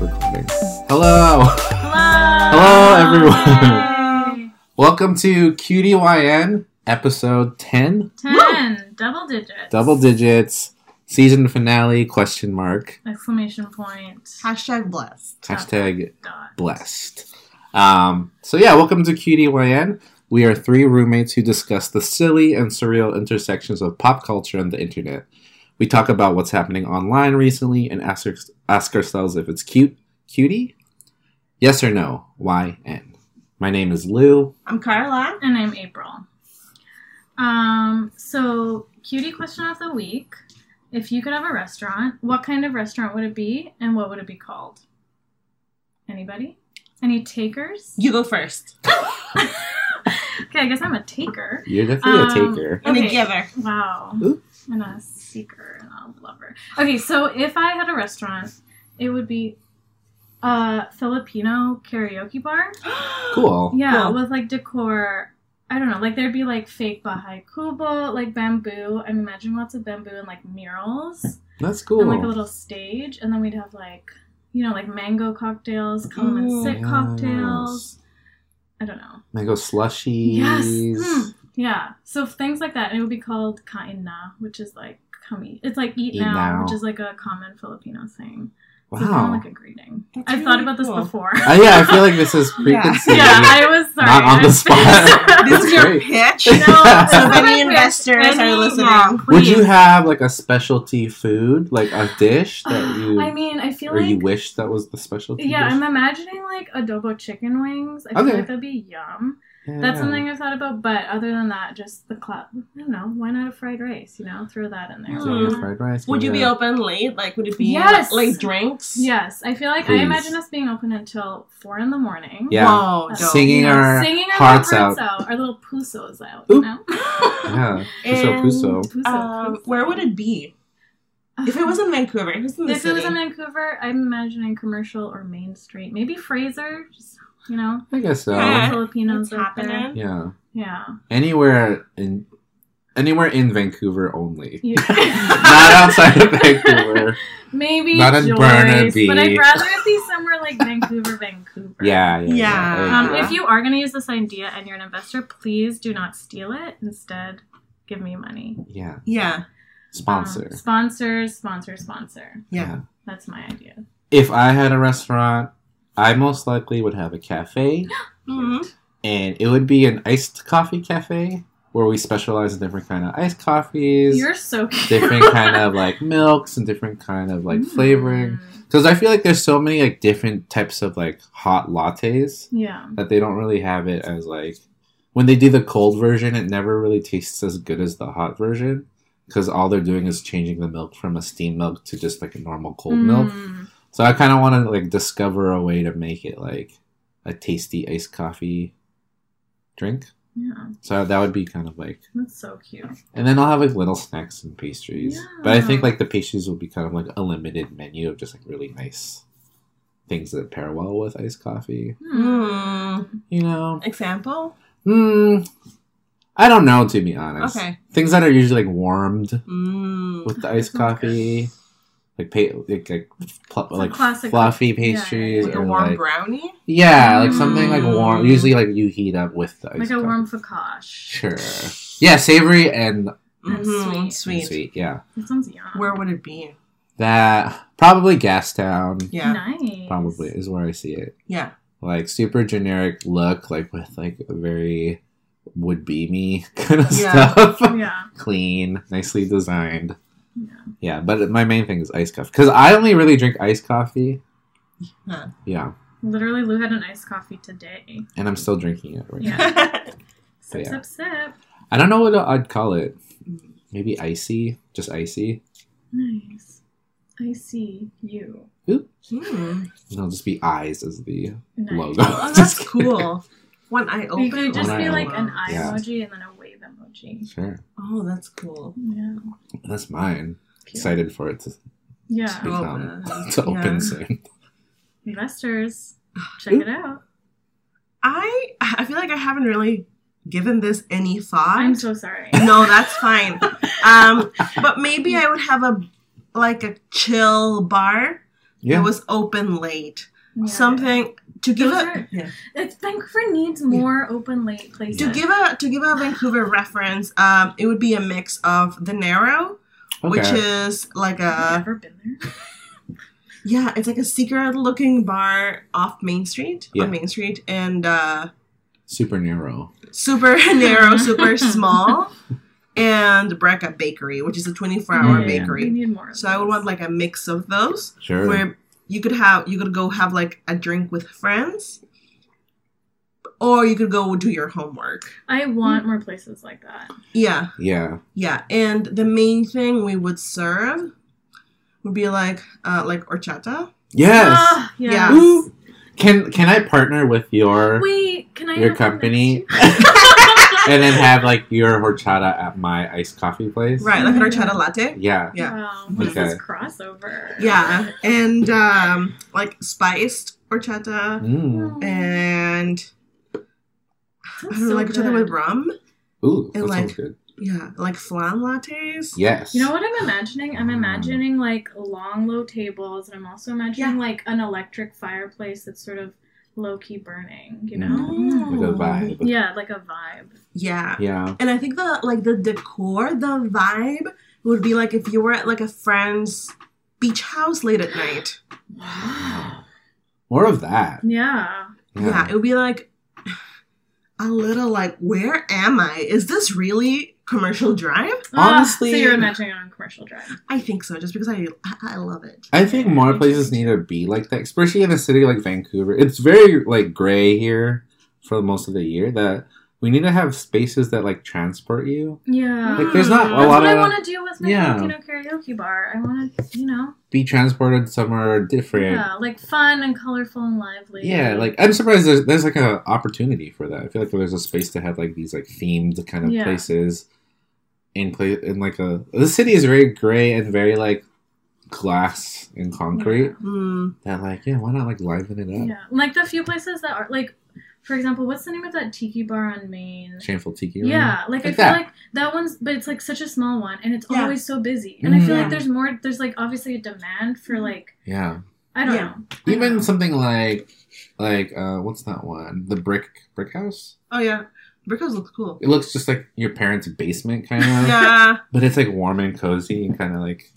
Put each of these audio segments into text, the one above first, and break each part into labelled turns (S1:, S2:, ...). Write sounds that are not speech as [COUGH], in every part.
S1: recording. Hello. [LAUGHS] Hello, everyone. Welcome to QDYN episode 10,
S2: Ten double digits.
S1: double digits, season finale question mark,
S2: exclamation point.
S3: Hashtag blessed.
S1: hashtag
S2: Dot.
S1: blessed. Um, so, yeah, welcome to QDYN. We are three roommates who discuss the silly and surreal intersections of pop culture and the internet. We talk about what's happening online recently and ask, our- ask ourselves if it's cute, cutie? Yes or no? YN. My name is Lou.
S3: I'm Carla.
S2: And I'm April. Um, so cutie question of the week. If you could have a restaurant, what kind of restaurant would it be and what would it be called? Anybody? Any takers?
S3: You go first.
S2: Okay, I guess I'm a taker.
S1: You're definitely a
S2: Um,
S1: taker.
S3: And
S2: Okay. [GASPS]
S3: a giver.
S2: Wow.
S1: Ooh.
S2: And a seeker and a lover. Okay, so if I had a restaurant, it would be a Filipino karaoke bar.
S1: Cool.
S2: Yeah,
S3: Cool.
S2: with like decor. I don't know, like there'd be like fake Baha'i Kubo, like bamboo. I'm imagining lots of bamboo and like murals
S1: That's cool.
S2: and like a little stage, and then we'd have like you know like mango cocktails,
S3: Ooh.
S2: common sit
S1: Yes.
S2: cocktails. I don't know.
S1: Mango slushies.
S2: Yes. Mm. Yeah. So things like that, and it would be called kain na, which is like come eat. It's like eat,
S1: Eat
S2: now,
S1: now.
S2: which is like a common Filipino thing. So it's kind
S1: Wow.
S2: of like a greeting.
S3: That's
S2: I've
S3: really
S2: thought about
S3: cool.
S1: [LAUGHS]
S2: this before. [LAUGHS]
S1: Uh, yeah, I feel like this is
S3: Yeah.
S1: preconceived.
S2: yeah, I was sorry.
S1: Not on the
S2: I'm- [LAUGHS]
S1: spot.
S3: This is
S1: That's
S3: your
S1: great.
S3: [LAUGHS] pitch.
S2: No,
S1: [LAUGHS] So
S3: So if
S2: Like,
S3: any
S2: we
S3: investors
S2: any-
S3: are listening,
S2: yeah,
S1: Would
S2: please. [SIGHS]
S1: you have like a specialty food, like a dish that you
S2: [GASPS] I mean, I feel
S1: or
S2: like
S1: you wish that was the specialty?
S2: yeah,
S1: dish?
S2: I'm imagining like adobo chicken wings. I feel
S1: Okay.
S2: like that'd be yum.
S1: Yeah.
S2: That's something I've thought about, but other than that, just the club. I don't know. Why not a fried rice? You know, throw that in there.
S1: So
S3: Hmm.
S1: your fried rice.
S3: Would you be
S1: yeah.
S3: open late? Like, would it be
S2: Yes.
S3: like drinks?
S2: Yes, I feel like
S1: Please.
S2: I imagine us being open until four in the morning.
S1: Yeah.
S3: Whoa,
S2: Uh,
S3: dope.
S2: [LAUGHS]
S1: Singing
S2: you know,
S1: our
S2: singing our
S1: hearts
S2: hearts
S1: out.
S2: out. our little pusos out.
S1: Oop.
S2: You know?
S1: Yeah. Puso
S3: And,
S1: puso.
S2: Puso,
S3: [LAUGHS] Um,
S2: puso.
S3: where would it be? If it was in Vancouver, if it was in the
S2: [LAUGHS] If
S3: city.
S2: it was in Vancouver, I'm imagining commercial or Main Street, maybe Fraser. Just, you know,
S1: I guess so.
S2: all
S3: Yeah.
S2: the
S1: Yeah.
S2: Filipinos
S3: What's
S2: out there.
S3: happening?
S1: [LAUGHS] Anywhere in anywhere in Vancouver only.
S2: Yeah. [LAUGHS]
S1: Not outside of Vancouver.
S2: maybe
S1: Not in
S2: Joyce,
S1: Burnaby.
S2: but I'd rather it be somewhere like Vancouver, Vancouver.
S1: Yeah, yeah.
S3: Yeah.
S1: I
S2: Um,
S1: agree.
S2: if you are going to use this idea and you're an investor, please do not steal it. Instead, give me money. Um,
S1: yeah.
S3: Yeah.
S1: Sponsor.
S2: sponsor, sponsor, sponsor.
S3: Yeah.
S2: That's my idea.
S1: If I had a restaurant, I most likely would have a cafe,
S3: Mhm.
S1: and it would be an iced coffee cafe where we specialize in different kind of iced coffees,
S2: You're [LAUGHS] so cute.
S1: different kind of like milks, and different kind of
S2: [LAUGHS]
S1: like flavoring.
S2: Mm.
S1: Because I feel like there's so many like different types of like hot lattes
S2: Yeah.
S1: that they don't really have it as like when they do the cold version, it never really tastes as good as the hot version because all they're doing is changing the milk from a steam milk to just like a normal cold milk.
S2: Mm.
S1: So I kind of want to like discover a way to make it like a tasty iced coffee drink.
S2: Yeah,
S1: So that would be kind of like,
S2: that's so cute.
S1: and then I'll have like little snacks and pastries. But I think
S2: Yeah.
S1: like the pastries will be kind of like a limited menu of just like really nice things that pair well with iced coffee.
S2: Hmm.
S3: Mm.
S1: You know,
S3: Example?
S1: hmm. I don't know to be honest.
S3: Okay.
S1: Things that are usually like warmed
S3: Mm.
S1: with the iced
S2: Sounds
S1: coffee, like pa- like like, pl-
S2: a
S1: like
S2: classic-
S1: fluffy
S2: yeah, yeah,
S1: pastries
S2: With
S3: Like a
S1: or
S3: warm
S1: like
S3: brownie?
S1: Yeah, like something like warm.
S3: Mm.
S1: Usually, like you heat up with the ice.
S2: Like a
S1: cream.
S2: warm focaccia.
S1: Sure. Yeah, savory and
S2: And
S3: Mhm.
S2: sweet.
S1: sweet.
S3: sweet.
S1: Yeah,
S2: That sounds yum.
S3: Where would it be?
S1: that probably Gastown
S3: Yeah.
S2: Nice.
S1: probably is where I see it.
S3: Yeah.
S1: Like super generic look, like with like a very would be me [LAUGHS] kind of
S3: Yeah.
S1: stuff. [LAUGHS]
S2: Yeah.
S1: Clean, nicely designed.
S2: Yeah.
S1: Yeah, but my main thing is iced coffee because I only really drink iced coffee.
S3: Huh.
S1: Yeah,
S2: Literally, Lou had an iced coffee today.
S1: and I'm still drinking it right
S2: Yeah.
S1: now.
S2: Sip,
S1: Yeah.
S2: sip, sip.
S1: I don't know what I'd call it. Maybe icy, just icy.
S2: Nice. I see you.
S1: [LAUGHS]
S3: Mm.
S1: It'll just be eyes as the
S2: Nice.
S1: logo. [LAUGHS]
S3: Oh, that's cool. One eye open.
S2: You could just
S1: One
S2: be
S1: eye
S2: like an eye
S1: Yeah.
S2: emoji and then a wave emoji.
S1: Sure.
S3: Oh, that's cool.
S2: Yeah.
S1: That's mine.
S2: Cute.
S1: Excited for it to, to
S2: Yeah.
S1: become
S3: Cool.
S1: to open
S3: uh, Yeah.
S1: soon.
S2: Investors, check it out.
S3: I I feel like I haven't really given this any thought.
S2: I'm so sorry.
S3: [LAUGHS] no, that's fine. Um, but maybe I would have a like a chill bar
S1: Yeah.
S3: It was open late.
S2: Yeah.
S3: Something to give
S2: Those
S3: a
S2: are-
S3: yeah.
S2: It's Vancouver needs more open late places.
S3: to give a to give a Vancouver reference. Um, it would be a mix of the Narrow,
S1: Okay.
S3: which is like
S2: I've
S3: a
S2: never been there.
S3: yeah, it's like a secret looking bar off Main Street
S1: Yeah.
S3: on Main Street and uh,
S1: Super narrow.
S3: super [LAUGHS] narrow, super small, and Breca Bakery, which is a twenty four hour
S1: Yeah.
S2: We
S3: bakery.
S2: need more. Of
S3: So I would
S2: those.
S3: want like a mix of those.
S1: Sure.
S3: where you could have you could go have like a drink with friends or you could go do your homework
S2: I
S3: Hmm?
S2: want more places like that.
S3: yeah
S1: yeah.
S3: yeah and the main thing we would serve would be like uh like horchata
S1: Yes.
S2: Ah, yes.
S3: Yeah.
S1: Ooh. Can can I partner with your
S2: Wait, can I?
S1: your
S2: have one
S1: company
S2: next to
S1: [LAUGHS]
S2: you?
S1: and then have like your horchata at my iced coffee place?
S3: right like an
S2: Yeah.
S3: horchata latte
S1: Yeah.
S3: Yeah.
S2: [LAUGHS] Wow, what is this
S1: Okay.
S2: crossover?
S3: yeah and um like spiced horchata
S2: Oh,
S1: Mm.
S3: and i
S2: Sounds
S3: don't know
S2: so
S3: like horchata
S2: good.
S3: with rum
S1: Ooh, that
S3: And, like-
S1: sounds good.
S3: yeah like flan lattes
S1: Yes.
S2: You know what I'm imagining? I'm
S1: Mm.
S2: imagining like long low tables, and I'm also imagining
S3: Yeah.
S2: like an electric fireplace that's sort of low key burning. You
S1: Mm.
S2: know?
S1: Like a vibe.
S2: Yeah, like a vibe.
S3: yeah
S1: Yeah.
S3: And I think the like the decor, the vibe would be like if you were at like a friend's beach house late at night.
S1: Wow. More of that.
S2: Yeah.
S3: Yeah, it would be like a little like, where am I? Is this really commercial drive?
S2: Ah,
S1: Honestly-
S2: so you're imagining it on commercial drive.
S3: I think so, just because I I, I love it.
S1: I think more places need to be like that, especially in a city like Vancouver. It's very like gray here for most of the year. That we need to have spaces that like transport you.
S2: Yeah.
S1: Like there's not a
S2: Mm. Hmm, that's
S1: lot
S2: what I
S1: of
S2: want to do with my
S1: Yeah.
S2: Filipino karaoke bar. I want to, you know,
S1: be transported somewhere different.
S2: yeah, like fun and colorful and lively.
S1: Yeah, like I'm surprised there's, there's like an opportunity for that. I feel like there's a space to have like these like themed kind of
S2: Yeah.
S1: places in play in like a the city is very gray and very like glass and concrete.
S3: Mm,
S1: That like yeah, why not like liven it
S2: Yeah.
S1: up?
S2: like the few places that are like, for example, what's the name of that tiki bar on Maine?
S1: Shameful tiki. room.
S2: Yeah, like, I
S1: Like
S2: feel
S1: that.
S2: like that one's, but it's like such a small one, and it's
S3: Yeah.
S2: always so busy. And I feel
S1: Mm-hmm.
S2: like
S3: Mhm.
S2: there's more. There's like obviously a demand for like
S1: yeah.
S2: I don't
S3: Mm-hmm. Yeah.
S2: know. I don't
S1: Even
S2: know.
S1: something like like uh what's that one? The brick brick house.
S3: oh yeah. Brickhouse looks cool.
S1: It looks just like your parents' basement
S2: [LAUGHS]
S1: kind of,
S3: Yeah.
S1: but it's like warm and cozy and kind of like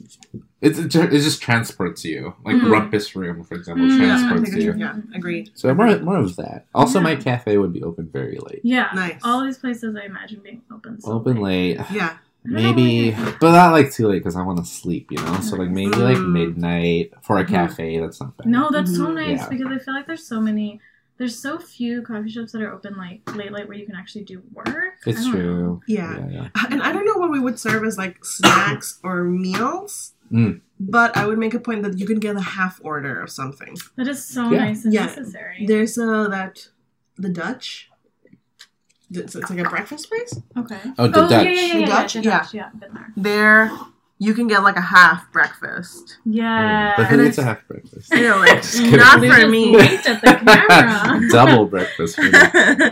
S1: it's it ju- it just transports you like
S2: Mhm.
S1: rumpus room for example
S2: Mm, yeah, I
S3: I
S1: transports
S3: think I
S1: you.
S3: should- yeah, agreed.
S1: So more more of that. Also,
S2: Yeah.
S1: my cafe would be open very late.
S2: yeah,
S3: Nice.
S2: all these places I imagine being open. So
S1: Open late,
S3: Yeah.
S2: I don't know
S1: maybe,
S2: why.
S1: but not like too late because I want to sleep. You know, so like maybe like
S3: Mm.
S1: midnight for a
S3: Mhm.
S1: cafe. That's not bad.
S2: Mm-hmm. No, that's so
S3: Mhm.
S2: nice
S1: Yeah.
S2: because I feel like there's so many. There's so few coffee shops that are open like late, late where you can actually do work. I
S1: it's
S2: don't know.
S1: true.
S3: Yeah.
S1: yeah, yeah.
S3: And I don't know what we would serve as
S1: [CLEARS THROAT]
S3: like snacks or meals.
S1: Mm.
S3: But I would make a point that you can get a half order of something.
S2: That is so
S1: Yeah.
S2: nice and
S3: Yeah.
S2: necessary.
S3: There's uh, that the Dutch. It's, it's like a breakfast place.
S2: okay.
S1: Oh, the Dutch.
S2: Yeah, yeah, yeah,
S3: The
S2: yeah,
S3: Dutch?
S2: the
S3: Yeah.
S2: Dutch, Yeah, been there.
S3: There, you can get like a half [LAUGHS] breakfast.
S2: Yeah.
S1: Mm, But
S3: And
S1: who gets a
S3: I-
S1: half breakfast?
S3: I know,
S1: [LAUGHS]
S3: like,
S1: Just
S2: [LAUGHS]
S1: kidding.
S3: not
S2: They
S3: for
S2: just
S3: me.
S2: winked at the
S1: [LAUGHS]
S2: camera. [LAUGHS]
S1: Double breakfast. For me. [LAUGHS]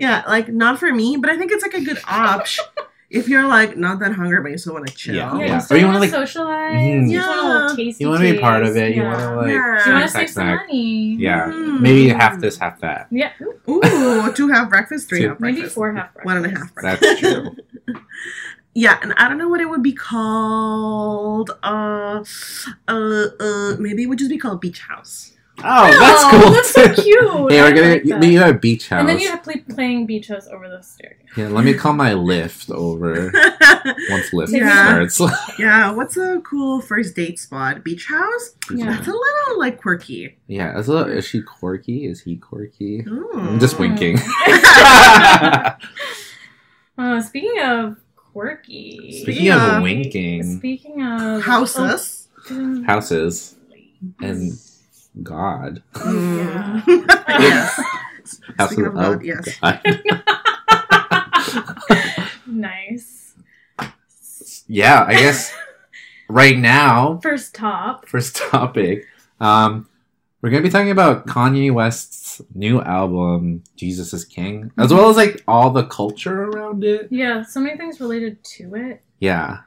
S3: yeah, like not for me, but I think it's like a good
S1: [LAUGHS]
S3: option if you're like not that hungry but you still want to chill.
S1: Oh, Yeah.
S2: Yeah,
S1: Yeah.
S2: you
S1: Or
S2: still
S1: you
S2: want to
S1: wanna, like-
S2: socialize.
S1: Mhm.
S2: You just want a little tasty
S1: You want to be part of
S2: taste.
S1: it. You
S2: Yeah.
S1: want to like
S3: Yeah.
S2: You
S3: wanna
S2: want
S1: snack, snack,
S2: to save some
S1: snack.
S2: money.
S1: Yeah,
S3: Mm.
S1: maybe half this, half that.
S2: Yeah. Ooh,
S3: Ooh, two half breakfasts, three
S1: Two.
S3: half
S2: maybe
S3: breakfasts.
S2: four half breakfast.
S3: One and a
S2: [LAUGHS]
S3: half
S1: That's
S3: breakfast.
S1: true.
S3: Yeah, and I don't know what it would be called. Uh, uh, uh, maybe it would just be called Beach House. [LAUGHS]
S1: Oh,
S2: Oh,
S1: that's cool. [LAUGHS]
S2: That's so cute.
S1: Hey,
S2: I
S1: we're gonna
S2: like that.
S1: you, you have a beach house.
S2: And then you have play, playing beach house over the staircase.
S1: yeah, let me call my lift over
S2: [LAUGHS]
S1: once lift
S3: Yeah.
S1: starts. [LAUGHS]
S3: Yeah, what's a cool first date spot? Beach house?
S2: Yeah.
S3: That's a little like quirky.
S1: Yeah, that's a little, is she quirky? Is he quirky?
S2: [LAUGHS]
S1: [LAUGHS]
S3: Mm.
S1: I'm just
S2: Mm.
S1: winking. [LAUGHS]
S2: [LAUGHS] Uh, Hmm. speaking of quirky.
S1: Speaking
S3: Yeah.
S1: of winking,
S2: Speaking of oh,
S3: houses.
S2: open-
S1: houses and God,
S2: Oh,
S3: Mm. [LAUGHS] yes.
S1: houses
S3: Speaking of God,
S1: of
S3: yes.
S1: God.
S2: [LAUGHS] nice.
S1: yeah, I
S2: [LAUGHS]
S1: guess right now,
S2: First top.
S1: first [LAUGHS] topic, um, we're gonna be talking about Kanye West's new album, Jesus is King, as well as like all the culture around it.
S2: Yeah, so many things related to it.
S1: Yeah,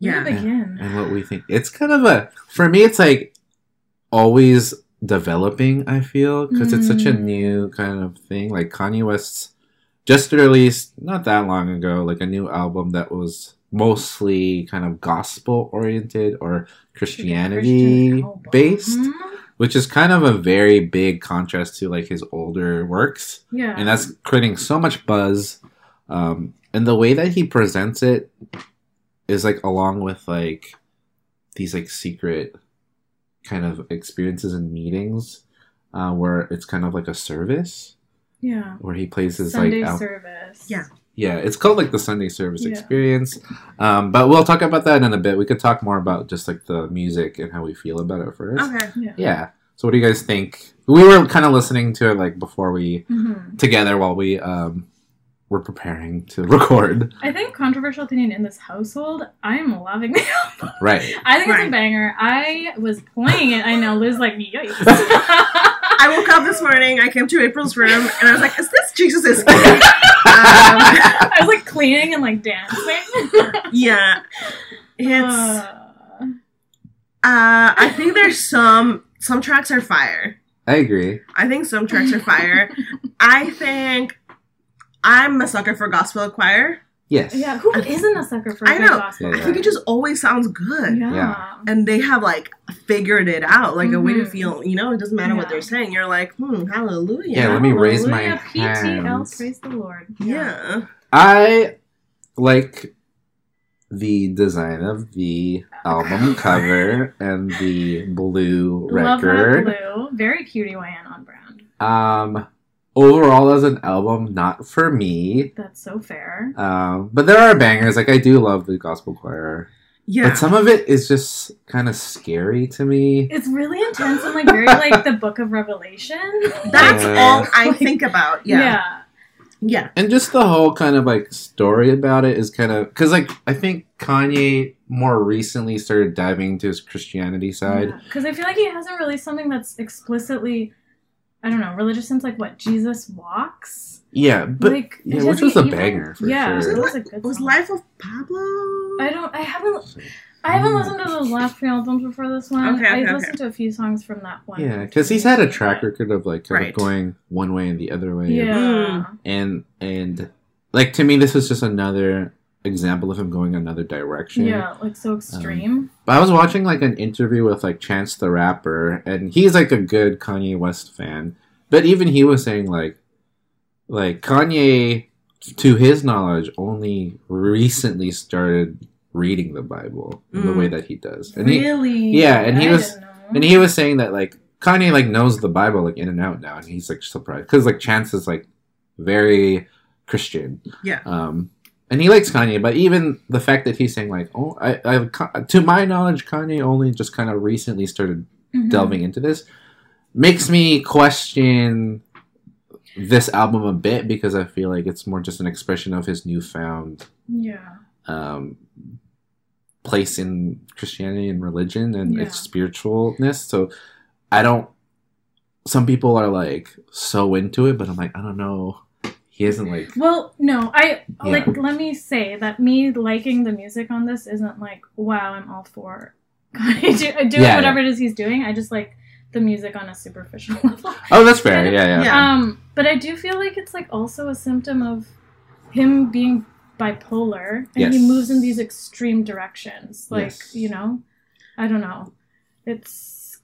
S2: Where
S3: Yeah.
S2: to begin?
S1: and what we think. It's kind of a for me. It's like always developing, I feel, because it's such a new kind of thing. Like Kanye West's just released not that long ago, like a new album that was mostly kind of gospel oriented or Christianity
S2: Christian oh, album.
S1: based,
S2: Mhm.
S1: which is kind of a very big contrast to like his older works.
S2: Yeah.
S1: And that's creating so much buzz. Um, and the way that he presents it is like along with like these like secret kind of experiences and meetings uh, where it's kind of like a service
S2: yeah.
S1: where he plays his
S2: Sunday
S1: like al-
S2: service.
S3: Yeah.
S1: yeah it's called like the sunday service
S2: Yeah.
S1: experience um, but we'll talk about that in a bit we could talk more about just like the music and how we feel about it first
S3: Okay.
S2: Yeah.
S1: yeah so what do you guys think we were kind of listening to it like before we
S2: Mhm.
S1: together while we um, were preparing to [LAUGHS] record.
S2: I think controversial opinion in this household. I'm loving the album.
S1: Right.
S2: [LAUGHS] I think it's a
S3: Right.
S2: banger. I was playing it. I know Liz
S1: [LAUGHS]
S2: like yikes.
S3: I woke up this morning. I came to April's room, and I was like, "Is this Jesus is?" [LAUGHS] King?" um,
S2: [LAUGHS] I was like cleaning and like dancing.
S3: yeah, it's. Uh,
S2: Uh,
S3: I think there's some some tracks are fire.
S1: [LAUGHS] I agree.
S3: I think some tracks are fire. I think I'm a sucker for gospel choir.
S1: Yes.
S2: yeah, who isn't a sucker for a
S3: I
S2: good
S3: know.
S2: gospel?
S1: Yeah.
S3: I think it just always sounds good.
S2: Yeah.
S1: Yeah.
S3: And they have like figured it out, like a way to
S2: Mhm.
S3: feel. You know, it doesn't matter what
S2: Yeah.
S3: they're saying. You're like, hmm, hallelujah.
S1: Yeah, let me raise my
S2: Hallelujah,
S1: hands.
S2: PTL, praise the Lord.
S3: Yeah.
S1: I like the design of the
S2: [LAUGHS]
S1: album cover and the blue
S2: Love that
S1: record.
S2: blue. Very cutie YN on brand.
S1: Um overall as an album not for me.
S2: That's so fair.
S1: Um, but there are bangers. Like I do love the gospel choir,
S3: Yeah.
S1: but some of it is just kind of scary to me.
S2: It's really intense and like very like the Book of Revelation.
S3: That's
S1: Yeah.
S3: all I think about. [LAUGHS] Yeah. Yeah.
S1: And just the whole kind of like story about it is kind of because like I think Kanye more recently started diving into his Christianity side.
S2: Because I feel like he hasn't released something that's explicitly, I don't know, religious since like what Jesus walks.
S1: Yeah, but
S2: like,
S1: yeah,
S2: it
S1: which
S2: doesn't
S1: was a
S2: even-
S1: banger for
S2: yeah,
S1: sure.
S2: it was a good.
S3: Was
S2: song.
S3: Life of Pablo?
S2: I don't. I haven't. I haven't
S1: Mm.
S2: listened to those last few albums before this one.
S3: Okay, okay,
S2: I
S3: okay.
S2: listened to a few songs from that one.
S1: yeah, because he's had a track record of like kind
S3: Right.
S1: of going one way and the other way.
S2: Yeah.
S3: Hmm.
S1: and and like to me, this was just another example of him going another direction.
S2: Yeah, like so
S1: Um,
S2: extreme.
S1: But I was watching like an interview with like Chance the Rapper, and he's like a good Kanye West fan. But even he was saying like, like Kanye, to his knowledge, only recently started reading the Bible in the
S3: Mm.
S1: way that he does, and he
S2: really?
S1: yeah, and he
S2: I
S1: was-
S2: didn't know.
S1: and he was saying that like Kanye like knows the Bible like in and out now, and he's like surprised because like Chance is like very Christian.
S3: Yeah.
S1: Um, and he likes Kanye, but even the fact that he's saying like, oh, I, I Ka- to my knowledge, Kanye only just kind of recently started
S2: Mhm.
S1: delving into this makes me question this album a bit because I feel like it's more just an expression of his newfound
S2: Yeah.
S1: um, place in Christianity and religion and
S2: Yeah.
S1: its spiritualness. So I don't. Some people are like so into it, but I'm like, I don't know. He isn't
S2: [LAUGHS]
S1: like
S2: Well, no, I
S1: Yeah.
S2: like. Let me say that me liking the music on this isn't like, wow, I'm all for [LAUGHS] Kanye do, doing
S1: Yeah,
S2: whatever it is he's doing. I just like the music on a superficial [LAUGHS] level.
S1: Oh, that's fair. Yeah, yeah.
S3: Yeah.
S2: Um, but I do feel like it's like also a symptom of him being bipolar, and
S1: Yes.
S2: he moves in these extreme directions. Like
S1: Yes.
S2: you know, I don't know. It's,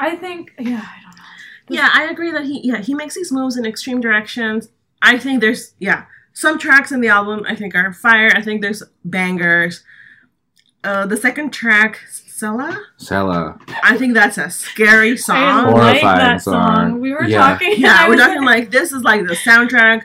S2: I think, yeah, I don't know.
S3: Yeah, I agree that he yeah, he makes these moves in extreme directions. I think there's yeah, some tracks in the album I think are fire. I think there's bangers. Uh the second track, Sella,
S1: Sella.
S3: I think that's a
S2: [LAUGHS]
S3: scary
S2: I
S3: song.
S1: Or-
S2: like
S1: Horrifying
S2: that song.
S1: song.
S2: We were
S1: Yeah.
S2: talking.
S3: Yeah,
S2: I
S3: we're
S2: was-
S3: talking like this is like the soundtrack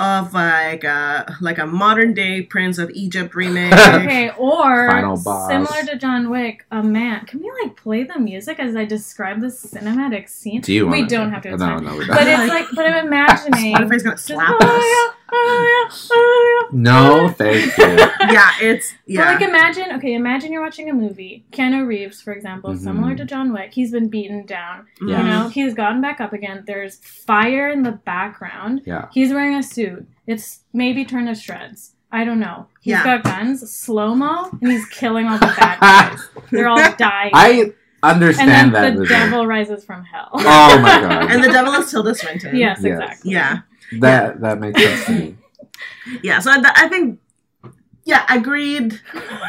S3: of like a like a modern day Prince of Egypt
S2: [LAUGHS]
S3: remake.
S2: Okay, or
S1: Final boss.
S2: similar to John Wick, a man. Can we like play the music as I describe this cinematic scene?
S1: Do you?
S2: we
S1: wanna-
S2: don't have to.
S1: No,
S2: It's fine.
S1: no, we don't.
S2: But it's like, but I'm imagining.
S3: Spotify's gonna
S2: just,
S3: slap us.
S2: "Oh, yeah, oh, yeah, oh,
S1: [LAUGHS] no,
S2: [LAUGHS]
S1: thank you.
S2: yeah."
S3: Yeah, it's
S2: But
S3: yeah.
S2: like imagine, okay, imagine you're watching a movie. Keanu Reeves, for example,
S1: Mhm.
S2: similar to John Wick, he's been beaten down.
S1: Yeah.
S3: mm.
S2: You know, he's gotten back up again. There's fire in the background.
S1: Yeah.
S2: He's wearing a suit. It's maybe torn to shreds. I don't know. He's
S1: [LAUGHS]
S2: [LAUGHS]
S3: Yeah.
S2: got guns, slow mo, and he's killing all the bad guys. They're all dying.
S1: I
S2: and then
S1: understand that.
S2: the
S1: rhythm.
S2: devil rises from hell.
S1: Oh my
S2: [LAUGHS]
S1: God.
S3: and the devil is Tilda Swinton.
S2: yes,
S1: Yes.
S2: exactly.
S3: Yeah.
S1: That that makes sense to me.
S3: Yeah. So I, I think, yeah, agreed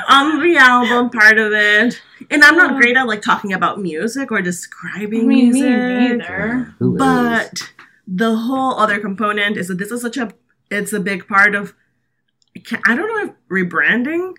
S3: on the album part of it. And I'm not great at like talking about music or
S2: I
S3: describing
S2: mean, me
S3: music.
S2: neither.
S1: Who is?
S3: But the whole other component is that this is such a it's a big part of I can't- I don't know if rebranding.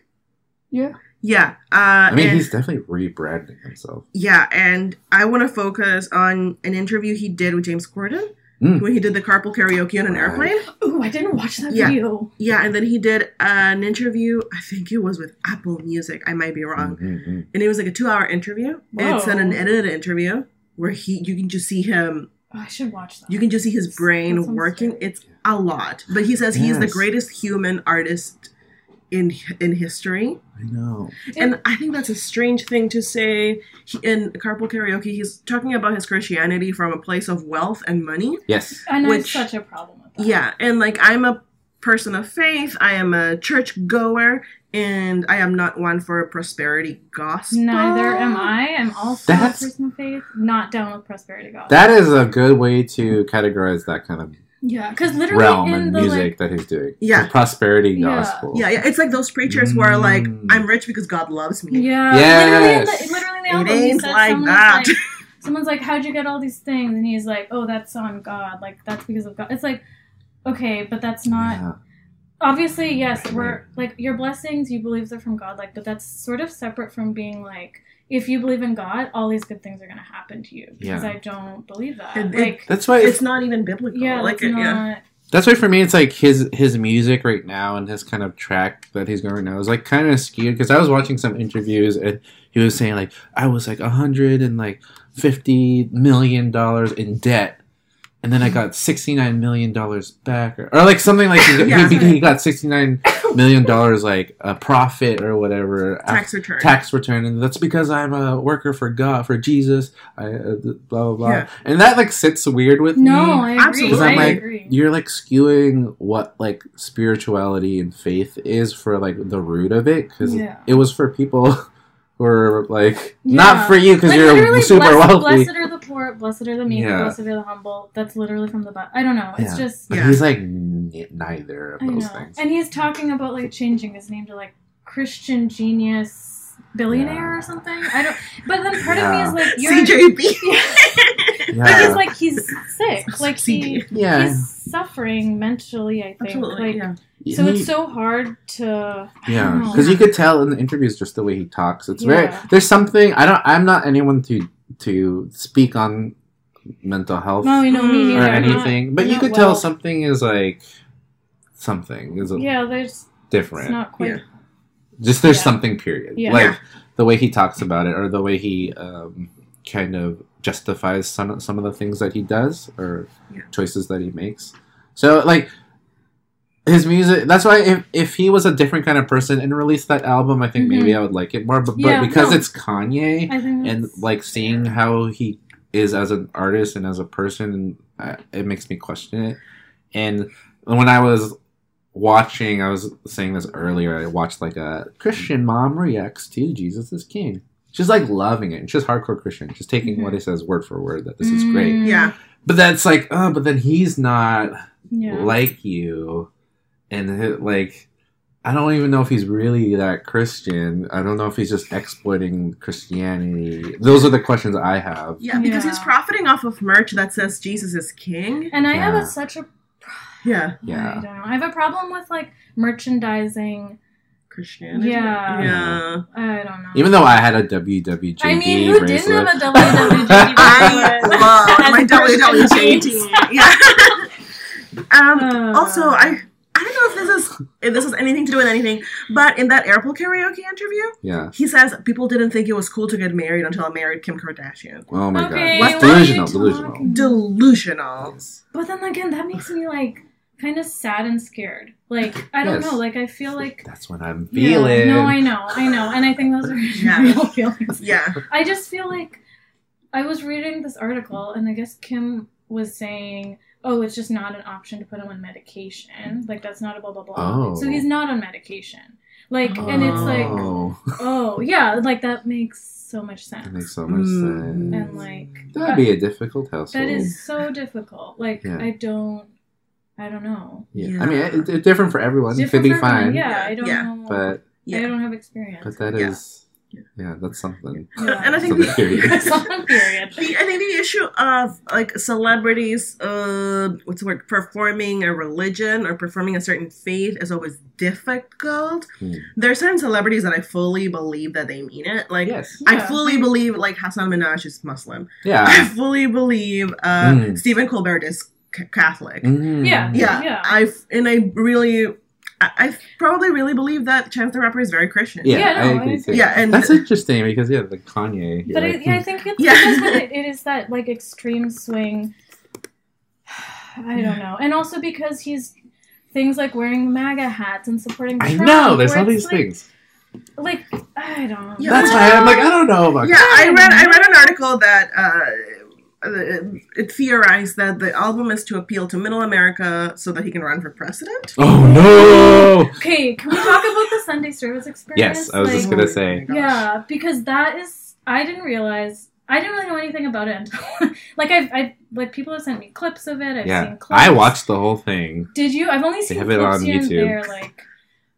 S2: Yeah.
S3: Yeah. Uh
S1: I mean,
S3: and-
S1: he's definitely rebranding himself.
S3: yeah, and I want to focus on an interview he did with James Corden
S1: Mm.
S3: when he did the carpool karaoke on an
S1: Right.
S3: airplane.
S2: Ooh, I didn't watch that
S3: Yeah.
S2: video.
S3: Yeah, and then he did an interview, I think it was with Apple Music, I might be wrong.
S1: Mhm, mhm.
S3: And it was like a 2-hour interview.
S2: Mm. Whoa.
S3: It's an unedited interview where he you can just see him
S2: Oh, I should watch that.
S3: You can just see his
S2: That
S3: brain
S2: sounds
S3: working.
S2: scary.
S3: It's a lot, but he says he's the
S1: Yes.
S3: greatest human artist in in history,
S1: I know.
S3: and I think that's a strange thing to say. He, in Carpool Karaoke, he's talking about his Christianity from a place of wealth and money.
S1: Yes.
S2: I know it's
S3: which-
S2: such a problem with that.
S3: Yeah, and like I'm a person of faith. I am a church goer, and I am not one for a prosperity gospel.
S2: Neither am I. I'm also
S1: That's-
S2: a person of faith, not down with prosperity gospel.
S1: That is a good way to categorize that kind of
S2: yeah, because literally
S1: realm
S2: in
S1: and
S2: the
S1: music that he's doing.
S3: Yeah.
S1: The prosperity
S2: Yeah.
S1: gospel.
S3: Yeah, yeah. It's like those preachers who are like,
S1: Mm.
S3: "I'm rich because God loves
S2: like,
S3: me."
S2: yeah, literally in
S1: Yes.
S2: the, literally in the
S3: It
S2: album, he
S3: ain't
S2: said
S3: like
S2: someone's
S3: that.
S2: [LAUGHS] like, someone's like, "How'd you get all these things?" And he's like, "Oh, that's on God. Like that's because of God." It's like, okay, but that's not
S1: Yeah.
S2: obviously yes
S1: Right.
S2: we're like your blessings you believe they're from god like but that's sort of separate from being like if you believe in god all these good things are going to happen to you because
S1: Yeah.
S2: i don't believe that
S3: It- it-
S2: like
S1: That's why.
S3: It's not even biblical.
S2: yeah
S3: like
S2: like
S3: it,
S2: not,
S3: yeah.
S1: that's why for me, it's like his his music right now and his kind of track that he's going right now is like kind of skewed because I was watching some interviews and he was saying like I was like a hundred and like fifty million dollars in debt. And then I got sixty nine million dollars back, or, or like something like he, got-
S3: Yeah.
S1: he, he got sixty nine million dollars like a profit or whatever after-
S3: tax return.
S1: tax return, and that's because I'm a worker for God, for Jesus. I uh, th- blah blah blah,
S3: Yeah.
S1: and that like sits weird with
S2: no
S1: me.
S2: i agree
S3: Absolutely.
S2: i
S1: I'm like,
S2: agree
S1: You're like skewing what like spirituality and faith is for like the root of it because
S2: Yeah.
S1: it was for people [LAUGHS] who are like
S2: Yeah.
S1: not for you because
S2: like,
S1: you're
S2: literally,
S1: super
S2: blessed,
S1: wealthy.
S2: blessed are the poor blessed are the meek
S1: Yeah.
S2: blessed are the humble that's literally from the bible i don't know it's
S1: Yeah.
S2: just
S1: But
S3: Yeah.
S1: he's like n- neither of
S2: i
S1: those
S2: know
S1: things.
S2: and he's talking about like changing his name to like christian genius billionaire
S1: Yeah.
S2: or something i don't but then part
S1: Yeah.
S2: of me is like you're [LAUGHS]
S3: CJB.
S2: Because
S1: yeah,
S2: like he's
S1: [LAUGHS]
S2: sick, like he,
S3: CJ.
S1: yeah.
S2: he's suffering mentally. I think,
S3: [LAUGHS] Absolutely.
S2: like
S3: yeah.
S2: so
S1: He-
S2: it's so hard to I
S1: Yeah,
S2: don't know.
S1: because you could tell in the interviews just the way he talks. It's very
S2: Oh, Yeah.
S1: there's something I don't. I'm not anyone to to speak on mental health
S2: no, you know me
S3: Mm.
S1: Hmm. or
S2: neither. I'm not-
S1: anything, but
S2: I'm
S1: you
S2: not
S1: could
S2: well.
S1: tell something is like something is
S2: yeah, there's it's
S1: different.
S2: not quite.
S3: Yeah.
S1: just there's
S2: yeah.
S1: something period.
S2: Yeah.
S1: Like
S3: Yeah.
S1: the way he talks about it, or the way he um, kind of justifies some some of the things that he does or
S3: Yeah.
S1: choices that he makes. So like his music that's why if, if he was a different kind of person and released that album i think
S2: Mhm.
S1: maybe i would like it more but,
S2: Yeah,
S1: but because
S2: no.
S1: it's kanye
S2: I think
S1: and
S2: that's-
S1: like seeing how he is as an artist and as a person I, it makes me question it and when i was watching i was saying this earlier i watched like a christian mom reacts to jesus is king she's like loving it and she's hardcore christian she's taking what he says word for word that this is great
S2: Mm,
S3: Yeah.
S1: but that's like oh but then he's not
S2: yeah.
S1: like you and it- like i don't even know if he's really that christian i don't know if he's just exploiting christianity those are the questions i have
S3: Yeah, because he's
S2: Yeah.
S3: profiting off of merch that says Jesus is king.
S2: and I have
S1: Yeah.
S2: a, such a
S3: Yeah.
S1: Yeah.
S2: I don't know. I have a problem with like merchandising.
S3: Christianity.
S2: Yeah.
S3: Yeah.
S2: I don't know.
S1: even though i had a wwjd
S2: I mean, who didn't
S1: bracelet
S2: have
S1: [LAUGHS]
S2: a WWJD?
S3: I
S2: But-
S3: love my
S2: As Christian
S3: WWJD.
S2: [LAUGHS] team.
S3: Yeah. [LAUGHS] um,
S2: Uh,
S3: also, I I don't know if this is if this has anything to do with anything, but in that airport karaoke interview,
S1: yeah
S3: he says people didn't think it was cool to get married until I married Kim Kardashian.
S1: oh my
S2: Okay,
S1: god
S3: what
S2: are you
S1: delusional delusional
S2: talking
S3: Delusional.
S2: But then again, that makes me like kind of sad and scared. Like I don't
S1: Yes.
S2: know. Like I feel like
S1: that's what i'm feeling
S2: Yeah, no, I know, I know, and I think those are
S3: [LAUGHS] Yeah.
S2: real feelings.
S3: Yeah.
S2: I just feel like I was reading this article, and I guess Kim was saying, "Oh, it's just not an option to put him on medication. Like that's not a blah blah blah."
S1: Oh.
S2: So he's not on medication. Like, and it's like,
S1: oh,
S2: oh yeah, like that makes so much
S1: that
S2: sense.
S1: makes so much
S3: Mm.
S1: sense.
S2: And like
S1: That'd be a difficult household.
S2: that is so difficult. Like
S1: Yeah.
S2: I don't, I don't know.
S1: Yeah.
S3: Yeah.
S1: I mean, it, it's different for everyone. it could be
S2: Different for everyone,
S1: fine,
S2: Yeah, I don't
S3: Yeah.
S2: know.
S1: but
S2: I
S3: Yeah.
S2: don't have experience.
S1: but that
S3: Yeah.
S1: is, yeah, that's something.
S2: Yeah.
S3: And I think
S1: Something [LAUGHS]
S3: [LAUGHS]
S1: curious.
S3: the,
S2: Some period.
S3: the- I think the issue of like celebrities, uh, what's the word, performing a religion or performing a certain faith is always difficult.
S1: Hmm.
S3: There are certain celebrities that I fully believe that they mean it. Like
S1: yes,
S3: I
S2: Yeah.
S3: fully believe like Hassan Minaj is Muslim. I
S1: yeah,
S3: fully believe uh,
S1: Mm.
S3: Stephen Colbert is c- Catholic.
S1: Mm.
S2: Yeah.
S3: Yeah,
S2: Yeah.
S3: I and I really, I, I probably really believe that Chance the Rapper is very Christian.
S1: Yeah,
S2: Yeah,
S1: I
S2: no,
S1: agree
S2: I
S1: too.
S3: Yeah, and-
S1: that's interesting because yeah, the Kanye. you're
S2: But
S1: like,
S2: it, yeah, I think it's
S3: Yeah.
S2: because that it, it is that like extreme swing. [SIGHS] I don't know, and also because he's things like wearing MAGA hats and supporting.
S1: I
S2: Trump,
S1: know. There's
S2: where
S1: all these
S2: it's like,
S1: things.
S2: Like I don't.
S3: Yeah.
S1: That's why I'm like, I don't know about.
S3: yeah. I read I read an article that uh, it theorized that the album is to appeal to Middle America so that he can run for president.
S1: Oh
S2: Okay, can we talk about the Sunday service experience?
S1: Yes, I was just
S2: Like,
S1: gonna say.
S3: Oh my gosh.
S2: yeah, because that is I didn't realize I didn't really know anything about it until [LAUGHS] like I've, I've like people have sent me clips of it.
S1: no!
S2: I've
S1: Yeah,
S2: seen clips.
S1: I watched the whole thing.
S2: Did you? I've only seen
S1: have it
S2: clips
S1: on
S2: here and
S1: YouTube.
S2: there, like,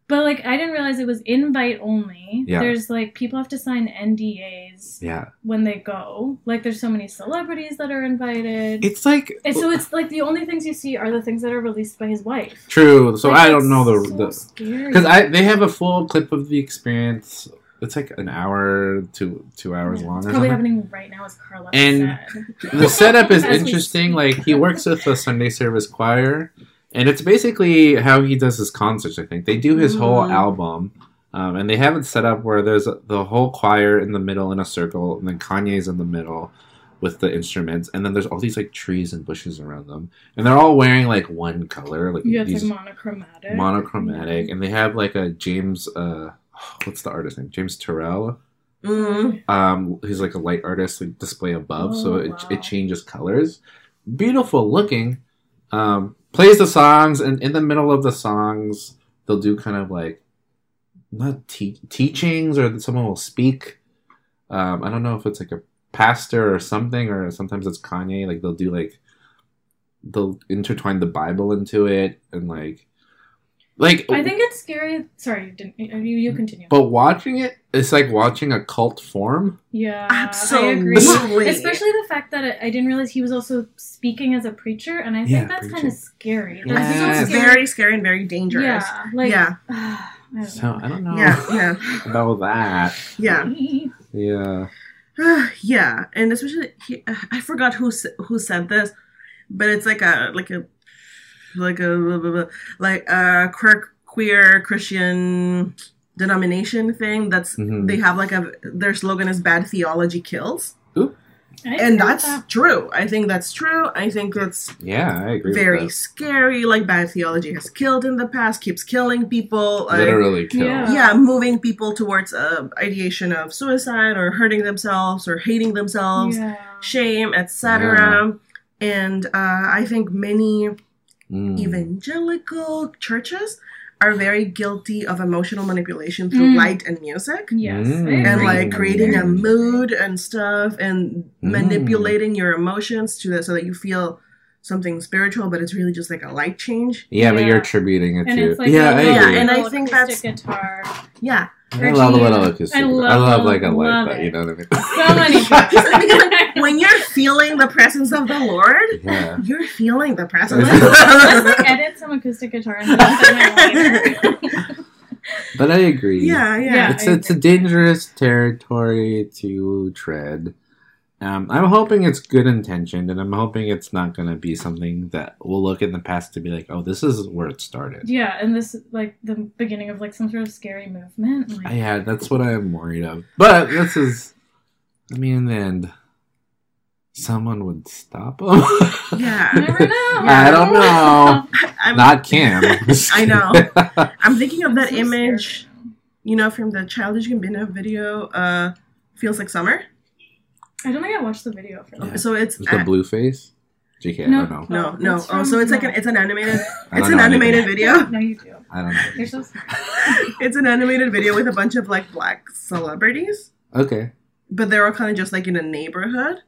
S2: but like I didn't realize it was invite only.
S1: Yeah.
S2: There's like people have to sign NDAs
S1: Yeah,
S2: when they go. Like there's so many celebrities that are invited.
S1: it's like
S2: and so it's like the only things you see are the things that are released by his wife.
S1: true. So
S2: Like,
S1: I don't know
S2: that's
S1: the
S2: so
S1: the
S2: scary.
S1: because I they have a full clip of the experience. It's like an hour to two hours long.
S2: It's
S1: or
S2: probably
S1: something.
S2: happening right now, as Carla
S1: And-
S2: said.
S1: the setup is
S2: As we
S1: interesting.
S2: speak.
S1: Like he works with the Sunday service choir, and it's basically how he does his concerts. I think they do his whole
S3: Mm.
S1: album, um, and they have it set up where there's the whole choir in the middle in a circle, and then Kanye's in the middle with the instruments, and then there's all these like trees and bushes around them, and they're all wearing like one color, like
S2: Yeah, it's
S1: these
S2: like monochromatic.
S1: monochromatic, and they have like a James. Uh, [SIGHS] what's the artist name? James Terrell
S3: Mm.
S1: um who's like a light artist like display above so
S2: Oh,
S1: it,
S2: wow.
S1: it changes colors beautiful looking um plays the songs and in the middle of the songs they'll do kind of like not te- teachings or someone will speak um i don't know if it's like a pastor or something or sometimes it's kanye like they'll do like they'll intertwine the bible into it and like like
S2: I think it's scary. Sorry, you didn't. You, you continue.
S1: but watching it it's like watching a cult form
S2: yeah, I agree.
S3: Absolutely.
S2: Especially the fact that I I didn't realize he was also speaking as a preacher, and I think
S1: Yeah,
S2: that's
S1: preacher.
S2: kind of scary.
S1: Yeah.
S3: I
S2: That's
S3: think
S2: so
S3: it was
S1: Yes.
S2: scary.
S3: very scary and very dangerous.
S2: Yeah, like
S3: Yeah.
S2: [SIGHS] I don't
S1: So I don't know
S3: Yeah, yeah,
S1: about that.
S2: [LAUGHS]
S3: yeah,
S2: know.
S1: Yeah.
S3: [SIGHS] yeah, and especially he, I forgot who s- who said this, but it's like a like a like a blah, blah, blah, like a queer queer Christian denomination thing. That's
S1: Mhm.
S3: they have like a their slogan is "Bad theology kills,"
S2: I agree with
S3: and that's
S2: that.
S3: true. I think that's true. I think that's
S1: Yeah, I agree.
S3: very
S1: with
S3: scary. Like bad theology has killed in the past, keeps killing people.
S1: that.
S3: Like,
S1: literally kill.
S2: Yeah.
S3: yeah moving people towards a ideation of suicide or hurting themselves or hating themselves
S2: yeah.
S3: shame etc and uh, i think many
S1: Mm.
S3: evangelical churches are very guilty of emotional manipulation through
S2: Mm.
S3: light and music
S2: Yes, I
S1: Mm.
S3: and
S2: agree.
S3: like creating a
S1: Mm.
S3: mood and stuff and
S1: Mm.
S3: manipulating your emotions to that so that you feel something spiritual but it's really just like a light change
S1: Yeah, but
S2: Yeah.
S1: you're attributing it
S2: And
S1: to.
S2: it's like
S1: yeah,
S2: a
S1: I
S2: little
S1: agree.
S3: Yeah, and I
S2: acoustic
S3: think that's-
S2: guitar.
S3: yeah
S1: I love a little
S2: I
S1: acoustic. I love,
S2: love-
S1: like a
S2: love
S1: light, but
S2: it.
S1: you know what I mean.
S2: So
S1: [LAUGHS]
S2: many
S3: [LAUGHS]
S2: people.
S3: when you're feeling the presence of the lord
S1: yeah.
S3: You're feeling
S1: [LAUGHS]
S3: the
S2: [LAUGHS]
S3: presence.
S2: Let's
S3: [LAUGHS]
S2: like edit some acoustic guitar and put that in my later.
S1: But I agree.
S3: yeah, yeah.
S2: Yeah.
S1: It's
S2: I
S1: it's a dangerous territory to tread. Um, I'm hoping it's good intentioned, and I'm hoping it's not going to be something that we'll look in the past to be like, oh, this is where it started.
S2: Yeah, and this like the beginning of like some sort of scary movement. Like,
S1: Yeah, that's what I'm worried of. But this is, I mean, in the end, someone would stop him.
S2: you
S1: [LAUGHS]
S3: Yeah.
S2: never know.
S1: I don't know.
S3: I'm,
S1: Not
S2: [LAUGHS]
S1: Cam. [LAUGHS]
S3: I know. I'm thinking of
S2: I'm
S3: that
S2: so
S3: image,
S2: scared.
S3: you know, from the Childish Gambino video, uh, Feels Like Summer.
S2: I don't think I watched the video for
S1: Yeah.
S2: that.
S3: So it's
S1: With the
S3: uh,
S1: blue face. JK,
S2: No.
S1: I don't know.
S3: No,
S2: Oh,
S3: no.
S2: it's
S3: Oh,
S2: from-
S3: so it's like
S2: no.
S3: an it's an animated
S1: [LAUGHS] I
S3: it's
S1: don't
S3: an
S1: know
S3: animated
S1: anything. [LAUGHS]
S3: video.
S2: No, you do.
S1: I don't know.
S2: You're so smart.
S3: It's an animated video with a bunch of like black celebrities,
S1: Okay.
S3: but they're all kind of just like in a neighborhood.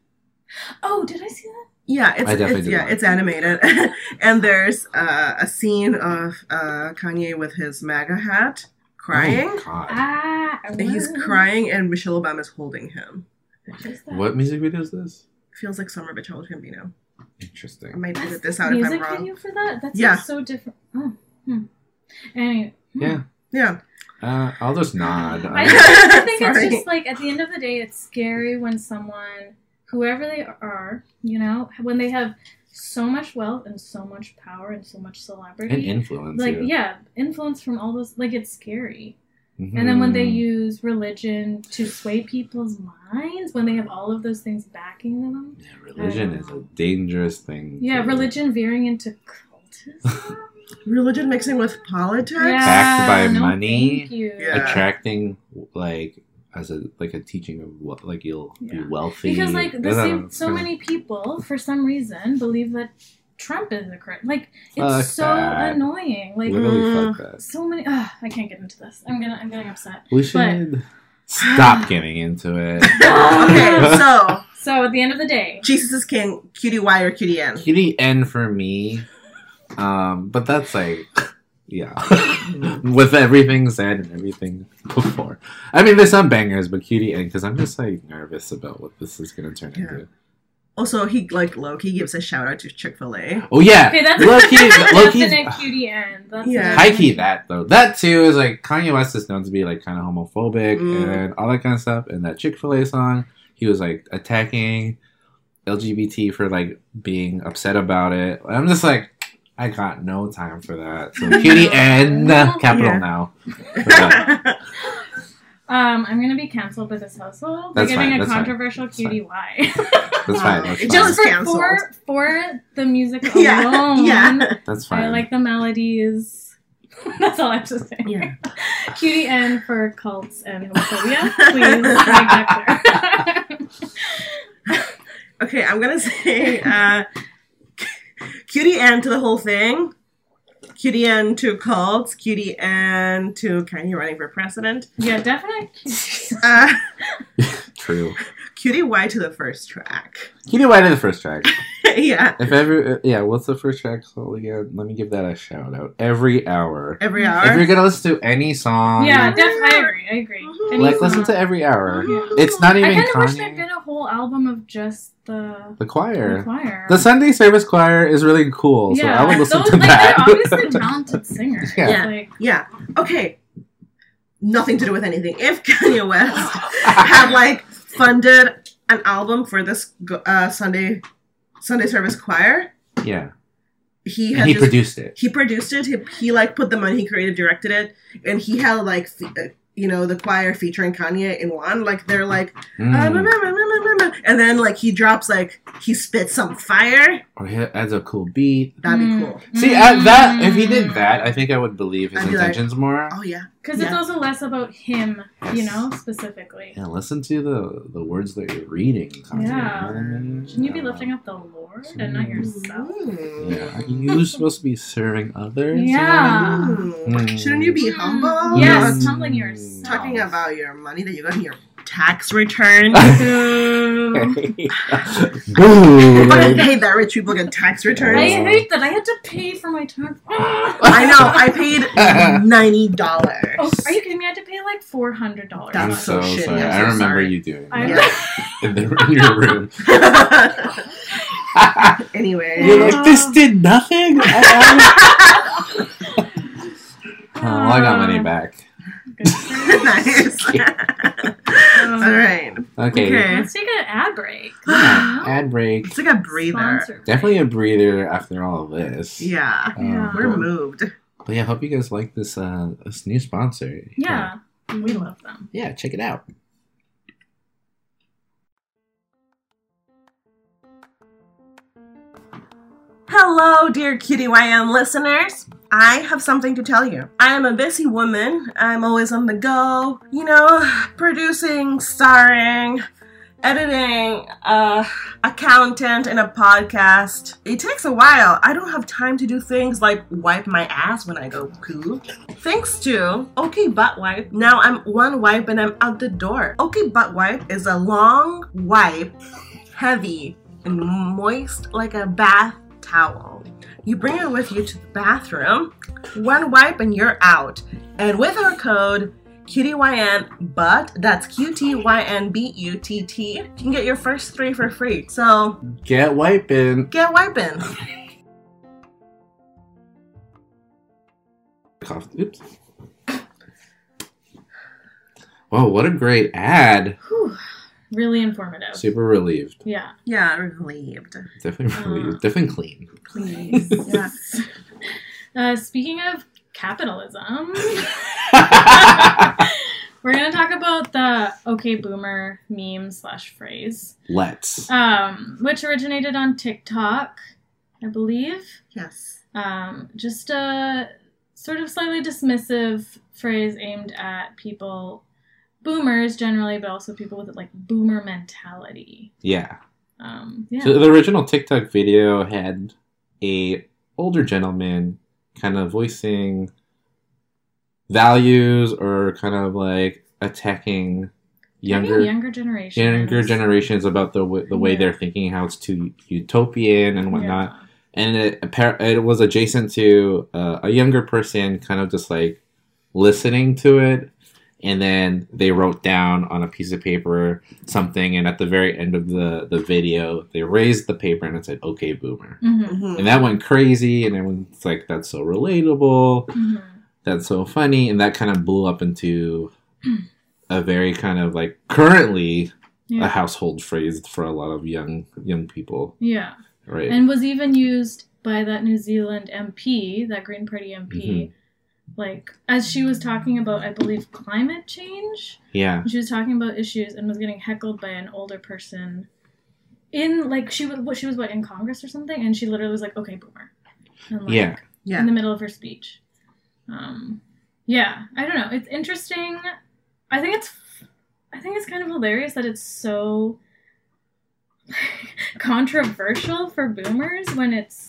S2: Oh, did I see that?
S3: Yeah, it's,
S1: I definitely
S3: it's
S1: did
S3: yeah,
S1: not.
S3: it's animated, [LAUGHS] and there's uh, a scene of uh, Kanye with his MAGA hat crying.
S1: Oh, God.
S2: Ah, I
S3: And he's
S2: was-
S3: crying, and Michelle Obama is holding him.
S2: What is that?
S1: What music video is this?
S3: Feels like Summer by Childish Gambino. I
S1: Interesting.
S3: might
S2: That's
S3: edit
S2: the
S3: this out if
S2: music
S3: I'm wrong.
S2: video for that? That's
S3: Yeah.
S2: like so different. Oh, hmm. Anyway. hmm.
S1: Yeah.
S3: Yeah,
S1: Uh, I'll just nod.
S2: I,
S1: I-
S2: I think it's
S3: [LAUGHS] Sorry.
S2: just like at the end of the day, it's scary when someone, whoever they are, you know, when they have so much wealth and so much power and so much celebrity,
S1: and influence.
S2: like yeah, influence from all those, like it's scary. And
S1: Mm-hmm.
S2: then when they
S1: Hmm.
S2: use religion to sway people's minds, when they have all of those things backing them,
S1: Yeah, religion is a dangerous thing.
S2: yeah,
S1: to-
S2: religion veering into cultism,
S3: religion mixing with
S1: [LAUGHS]
S3: politics.
S1: Backed by
S2: no,
S1: money.
S2: Thank you.
S3: Yeah.
S1: attracting like as a like a teaching of what like you'll be
S2: Yeah.
S1: wealthy
S2: Because like the
S1: I don't know,
S2: same,
S1: it's
S2: so
S1: kinda-
S2: many people for some reason believe that Trump is a crit. Like it's
S1: Fuck
S2: so
S1: that.
S2: annoying. Like Mm.
S1: literally fuck that.
S2: so many. Ugh, I can't get into this. I'm gonna. I'm getting upset.
S1: We should
S2: [SIGHS]
S1: stop getting into it.
S3: okay, so
S2: So at the end of the day,
S3: Jesus is King, Cutie Y or Cutie N.
S1: Kitty N for me. Um, but that's like yeah. [LAUGHS] With everything said and everything before. I mean there's some bangers, but cutie N because I'm just like nervous about what this is gonna turn
S3: Yeah.
S1: into.
S3: Also, he like Loki gives a shout out to Chick Fil A.
S1: Oh yeah.
S2: okay, that's
S1: Loki
S2: [LAUGHS] that's
S1: Loki's
S2: an cutie end. That's
S3: Yeah.
S2: yeah.
S1: high key that though. That too is like Kanye West is known to be like kind of homophobic
S3: Mm.
S1: and all that kind of stuff. And that Chick Fil A song, he was like attacking LGBT for like being upset about it. I'm just like, I got no time for that.
S2: [LAUGHS]
S1: So cutie and capital
S3: Yeah.
S1: now.
S2: Um, I'm gonna be canceled by this household.
S1: That's
S2: They're giving
S1: fine,
S2: a
S1: that's fine,
S2: controversial
S1: that's
S2: cutie Y.
S1: That's fine. That's fine.
S3: It just-
S2: Just [LAUGHS] for,
S3: Canceled.
S2: for for the music alone.
S3: [LAUGHS] [LAUGHS] yeah, yeah,
S1: that's fine.
S2: I like the melodies. [LAUGHS] That's all I have to say.
S3: [LAUGHS] yeah.
S2: Cutie N for cults and homophobia.
S3: [LAUGHS]
S2: Please make that clear.
S3: Okay, I'm gonna say uh, Cutie N to the whole thing. Cutie N to cults. Cutie N to Kanye running for president.
S2: [LAUGHS] yeah, definitely.
S3: Uh,
S1: True.
S3: Cutie Y to the first track. [LAUGHS]
S1: Cutie White in the first track.
S3: yeah,
S1: If ever, yeah, what's the first track called again? Let me give that a shout out. Every hour.
S3: every
S1: If you're
S3: hour.
S1: gonna listen to any song,
S2: yeah, def- I agree. I agree.
S3: Mhm.
S2: Any
S1: Um, like listen
S2: song.
S1: to every hour.
S2: Mhm.
S1: It's not
S2: I
S1: even
S2: kind of wish
S1: Kanye.
S2: there'd been a whole album of just the,
S1: the
S2: the
S1: choir.
S2: choir.
S1: The Sunday service choir is really cool, so I would listen
S2: those,
S1: to
S2: like,
S1: that.
S2: They're
S1: [LAUGHS]
S2: obviously talented singers.
S1: Yeah.
S3: Yeah.
S2: Like,
S3: Yeah. Okay. Nothing to do with anything. If Kanye West had like funded an album for this uh, Sunday Sunday service choir,
S1: yeah,
S3: he
S1: and
S3: had
S1: he
S3: just
S1: produced it.
S3: he produced it. He, he like put the money. He created, directed it, and he had like fe- uh, you know the choir featuring Kanye in one. Like they're like,
S1: Mm.
S3: "Ah, ma, ma, ma, ma, ma, ma," and then like he drops like he spits some fire.
S1: or Oh, he adds a cool beat.
S3: That'd
S2: Mm.
S3: be cool.
S1: See, at that if he did that, I think I would believe his
S3: I'd be like,
S1: intentions more.
S3: Oh yeah,
S2: Because Mm. it's
S3: Yeah.
S2: also less about him, you
S1: Yes.
S2: know, specifically.
S1: Yeah, listen to the the words that you're reading. Kanye, you
S2: Yeah.
S1: know what I mean?
S2: Shouldn't you be
S1: Yeah.
S2: lifting up the Lord and not yourself?
S3: Mm.
S1: Yeah, you're supposed to be serving others. you know what I
S2: Yeah.
S1: Mm.
S3: Mm. Shouldn't you be humble?
S1: Yes.
S2: Yes,
S1: Mm.
S3: Not
S2: humbling yourself.
S3: Talking about your money that you got in your
S2: [LAUGHS]
S3: tax return.
S2: Boo. [LAUGHS]
S1: mean? [LAUGHS] Boo!
S3: I hate that rich people get tax
S2: I
S3: returns.
S1: Yeah.
S2: hate that. I had to pay for my tax.
S1: [LAUGHS]
S2: oh,
S3: [LAUGHS] I know. I
S2: [LAUGHS]
S3: paid ninety dollars.
S2: Uh-huh. are you kidding me? I had to pay like four hundred dollars.
S1: I'm
S3: That's
S1: so
S3: so
S1: sorry.
S3: shitty.
S1: I
S3: I'm so
S1: remember
S3: sorry.
S1: you doing
S2: [LAUGHS] I-
S1: that in, the, in your room.
S3: [LAUGHS] anyway,
S1: You're like, this did nothing. [LAUGHS] oh, well, Oh, I got money back.
S2: Oh, Good for you. [LAUGHS]
S3: [LAUGHS] nice.
S2: Um,
S3: All right.
S1: Okay.
S3: Okay.
S2: Let's take an ad break.
S1: Yeah, ad break.
S3: It's like a breather.
S2: Sponsor break.
S1: Definitely a breather after all of this.
S3: Yeah.
S1: Um,
S2: Yeah.
S3: We're
S1: but-
S3: moved.
S1: But yeah, hope you guys like this uh this new sponsor.
S2: Yeah, we love them.
S1: Yeah, check it out.
S3: Hello, dear QDYM listeners. I have something to tell you. I am a busy woman. I'm always on the go, you know, producing, starring, editing, uh, accountant, and a podcast. It takes a while. I don't have time to do things like wipe my ass when I go poo. Thanks to OK Butt Wipe, now I'm one wipe and I'm out the door. OK Butt Wipe is a long wipe, heavy and moist like a bath towel. You bring it with you to the bathroom, one wipe and you're out. And with our code, QTYN but that's Q-T-Y-N-B-U-T-T. You can get your first three for free. So
S1: Get wiping.
S3: get wiping.
S1: Cough. Oops. Whoa, what a great ad.
S2: Whew. Really informative.
S1: Super relieved.
S2: Yeah.
S3: Yeah, relieved.
S1: Definitely
S3: Uh-huh.
S2: Uh.
S1: relieved. Definitely clean.
S3: [LAUGHS] Please.
S2: [LAUGHS]
S3: Yeah.
S2: Uh, speaking of capitalism, [LAUGHS] we're gonna talk about the "Okay Boomer" meme slash phrase,
S1: Let's.
S2: um, which originated on TikTok, I believe.
S3: Yes.
S2: Um, just a sort of slightly dismissive phrase aimed at people, boomers generally, but also people with like boomer mentality.
S1: Yeah.
S2: Um, yeah.
S1: So the original TikTok video had a older gentleman kind of voicing values or kind of like attacking
S2: I think
S1: younger
S2: younger generation.
S1: younger generations about the w- the way
S2: Yeah.
S1: they're thinking, how it's too utopian and whatnot. And it appar- it was adjacent to uh, a younger person kind of just like listening to it. And then they wrote down on a piece of paper something, and at the very end of the, the video, they raised the paper and it said, "Okay, boomer,"
S2: Mm-hmm.
S3: Mm-hmm.
S1: and that went crazy. And everyone's like, "That's so relatable."
S2: Mm-hmm.
S1: that's so funny and that kind of blew up
S2: [CLEARS THROAT]
S1: into a very kind of like currently
S2: Yeah.
S1: a household phrase for a lot of young young people
S2: Yeah.
S1: right
S2: And was even used by that New Zealand MP, that Green Party MP, like as she was talking about, I believe, climate change.
S1: yeah
S2: She was talking about issues and was getting heckled by an older person. In like she was what she was what in Congress or something, and she literally was like, "Okay, boomer," and, like,
S1: Yeah.
S2: in
S3: Yeah.
S2: the middle of her speech. Um, yeah, I don't know. It's interesting. I think it's, I think it's kind of hilarious that it's so [LAUGHS] controversial for boomers when it's,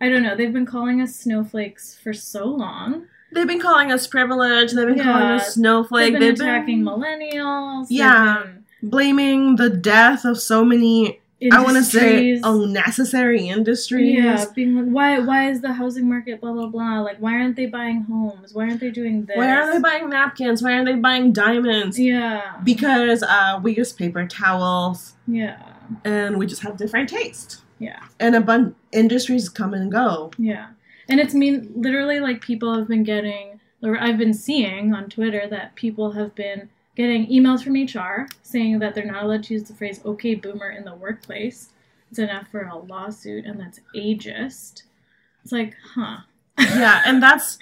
S2: I don't know. They've been calling us snowflakes for so long.
S3: They've been calling us privileged. They've been calling
S2: Yeah.
S3: us snowflake.
S2: they've been attacking millennials. they've
S3: Yeah.
S2: been
S3: blaming the death of so many. I want to say
S2: industries.
S3: unnecessary industries.
S2: Yeah, being like, why why is the housing market blah blah blah? Like, why aren't they buying homes? Why aren't they doing this?
S3: Why are they buying napkins? Why are they buying diamonds?
S2: Yeah,
S3: Because uh, we use paper towels.
S2: yeah,
S3: and we just have different tastes.
S2: Yeah.
S3: And a bunch industries come and go.
S2: yeah. And it's mean literally like people have been getting, or I've been seeing on Twitter that people have been getting emails from HR saying that they're not allowed to use the phrase "okay boomer" in the workplace. It's enough for a lawsuit, and that's ageist. It's like, huh?
S3: Yeah, and that's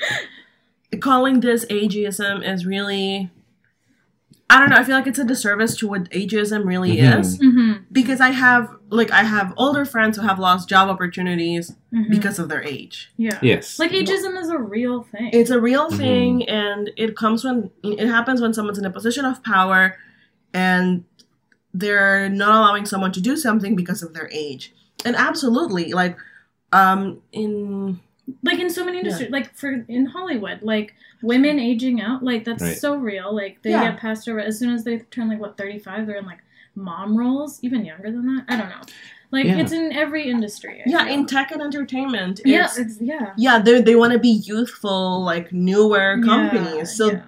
S3: calling this ageism is really I don't know, I feel like it's a disservice to what ageism really
S1: Mhm.
S3: is
S2: Mm-hmm.
S3: because I have like I have older friends who have lost job opportunities
S2: hmm
S3: because of their age.
S2: yeah,
S1: yes
S2: like ageism is a real thing.
S3: It's a real thing and it comes when it happens when someone's in a position of power and they're not allowing someone to do something because of their age. And absolutely, like um in
S2: like in so many industries like for in hollywood like women aging out like that's
S1: Right.
S2: so real like they
S3: Yeah.
S2: get passed over as soon as they turn like what 35 they're in like mom roles even younger than that i don't know like
S1: Yeah.
S2: it's in every industry I
S3: yeah
S2: feel.
S3: in tech and entertainment
S2: yeah
S3: it's,
S2: it's, yeah
S3: yeah they, they want to be youthful like newer companies
S2: Yeah,
S3: so
S2: yeah.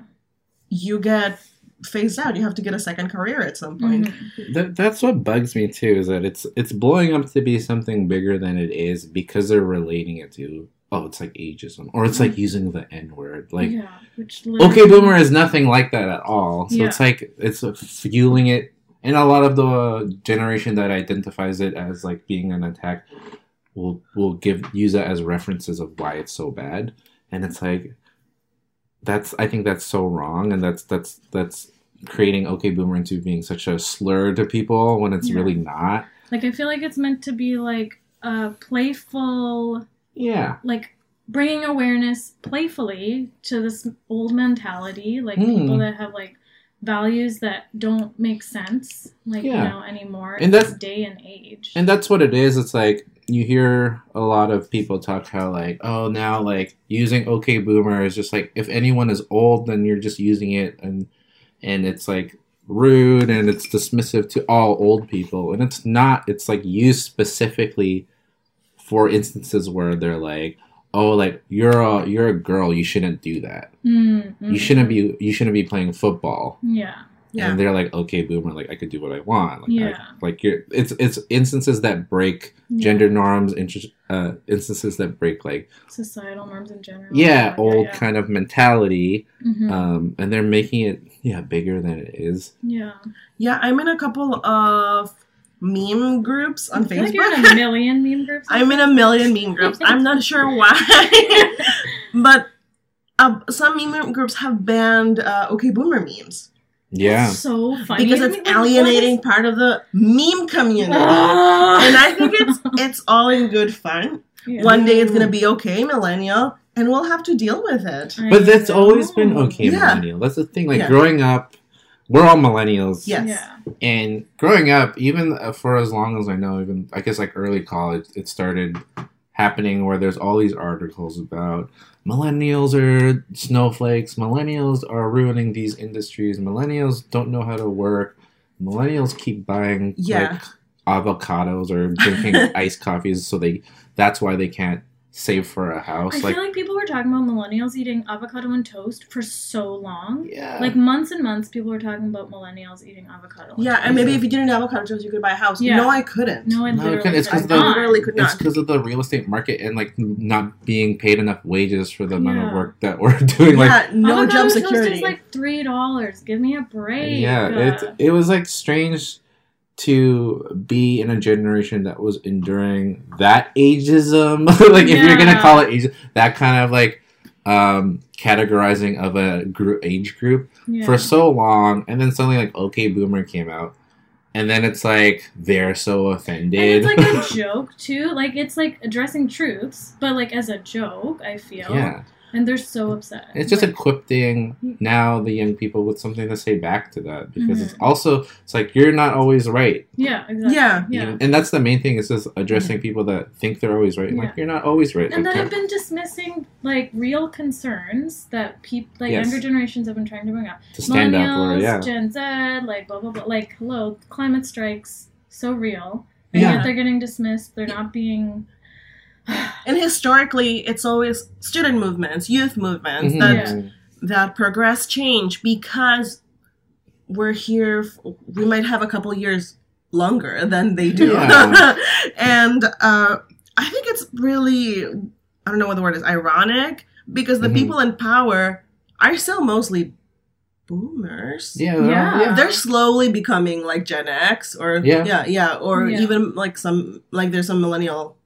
S3: you get phased out you have to get a second career at some point
S2: Mhm.
S1: That, that's what bugs me too is that it's it's blowing up to be something bigger than it is because they're relating it to oh it's like ageism or it's like using the n word like
S2: yeah, which
S1: okay
S2: literally-
S1: boomer is nothing like that at all so
S2: Mm-hmm. Yeah.
S1: it's like it's fueling it and a lot of the generation that identifies it as like being an attack will will give use that as references of why it's so bad and it's like that's i think that's so wrong and that's that's that's creating okay boomer into being such a slur to people when it's
S2: Yeah.
S1: really not
S2: like i feel like it's meant to be like a playful
S1: yeah
S2: like bringing awareness playfully to this old mentality like
S1: Mm.
S2: people that have like values that don't make sense, like
S1: Yeah.
S2: you know, anymore
S1: And
S2: in
S1: that's-
S2: this day and age.
S1: And that's what it is. It's like you hear a lot of people talk how like, oh, now like using OK Boomer is just like if anyone is old, then you're just using it, and and it's like rude and it's dismissive to all old people, and it's not. It's like used specifically for instances where they're like, oh, like you're a you're a girl, you shouldn't do that.
S2: Mm,
S1: You
S2: mm.
S1: shouldn't be you shouldn't be playing football.
S2: Yeah.
S3: Yeah.
S1: And they're like, okay, boomer, like I could do what I want. Like, I-
S2: Yeah.
S1: like you're, it's it's instances that break
S2: yeah.
S1: gender norms, inter- uh, instances that break like
S2: societal norms in general.
S1: yeah, old
S2: Mm-hmm. Yeah.
S1: kind of mentality,
S2: Mhm.
S1: um, and they're making it yeah bigger than it is.
S2: yeah.
S3: Yeah, I'm in a couple of meme groups on
S2: I feel like
S3: Facebook.
S2: you're in a million meme groups.
S3: I'm in a million meme groups. I'm not sure why, [LAUGHS] but uh, some meme groups have banned uh, OK Boomer memes
S1: Yeah,
S2: So funny
S3: because
S2: to
S3: it's
S2: me. Like, what is-
S3: alienating part of the meme community.
S2: [LAUGHS] Ugh.
S3: and I think it's it's all in good fun.
S2: Ah. Yeah.
S3: One day it's gonna be okay, millennial, and we'll have to deal with it.
S2: I
S1: but that's
S2: know.
S1: always been okay,
S3: Yeah.
S1: millennial. That's the thing. Like
S3: Yeah.
S1: growing up, we're all millennials.
S3: Yes.
S2: Yeah.
S1: and growing up, even uh, for as long as I know, even I guess like early college, it started happening where there's all these articles about millennials are snowflakes, millennials are ruining these industries, millennials don't know how to work, millennials keep buying
S3: Yeah.
S1: like avocados or
S2: [LAUGHS]
S1: drinking iced coffees, so they that's why they can't save for a
S2: I
S1: house. Like,
S2: feel like people were talking about millennials eating avocado and toast for so long.
S1: yeah,
S2: Like months and months, people were talking about millennials eating avocado. and
S3: Yeah, and maybe if you didn't have avocado toast, you could buy a house.
S2: Yeah.
S3: No, I couldn't.
S2: No, I
S1: No,
S2: literally
S1: it couldn't. It's
S2: could
S1: 'cause
S3: I
S1: the-
S2: not.
S3: literally could
S1: it's
S3: not.
S1: because of the real estate market and like not being paid enough wages for the amount of
S2: Yeah.
S1: work that we're [LAUGHS] doing. Like,
S3: yeah, no
S2: "Ah, Avocado
S3: job
S2: toast
S3: security.
S2: is like three dollars. Give me a break. Uh,
S1: Yeah, it it was like strange to be in a generation that was enduring that ageism. [LAUGHS] like if you're gonna
S2: Yeah.
S1: call it age, that kind of like um categorizing of a group age group
S2: Yeah.
S1: for so long, and then suddenly like okay, boomer came out, and then it's like they're so
S2: And
S1: offended. [LAUGHS]
S2: it's like a joke too. Like it's like addressing truths, but like as a joke, I feel.
S1: yeah,
S2: And they're so upset.
S1: it's just
S2: like,
S1: equipping now the young people with something to say back to that because
S2: Mm-hmm.
S1: it's also it's like you're not always right.
S2: yeah, exactly.
S3: Yeah.
S2: yeah.
S1: You know, and that's the main thing is just addressing people that think they're always right. and, Like
S2: Yeah.
S1: you're not always right.
S2: And
S1: Like,
S2: that have
S1: that-
S2: been dismissing like real concerns that people, like
S1: Yes.
S2: younger generations, have been trying to bring up.
S1: to stand up for
S2: Millennials,
S1: yeah.
S2: Gen Z, like blah blah blah. Like hello, climate strikes so real, and
S1: Yeah.
S2: yet they're getting dismissed. They're not being.
S3: and historically, it's always student movements, youth movements
S1: Mhm.
S3: that
S2: Yeah.
S3: that progress change because we're here f- we might have a couple years longer than they do
S1: Yeah.
S3: [LAUGHS] and uh, i think it's really i don't know what the word is ironic because the
S1: Mhm.
S3: people in power are still mostly boomers
S1: Yeah, they're-
S2: Yeah.
S1: yeah.
S3: they're slowly becoming like gen x or
S1: Yeah.
S3: yeah, yeah, or
S2: Yeah.
S3: even like some like there's some millennial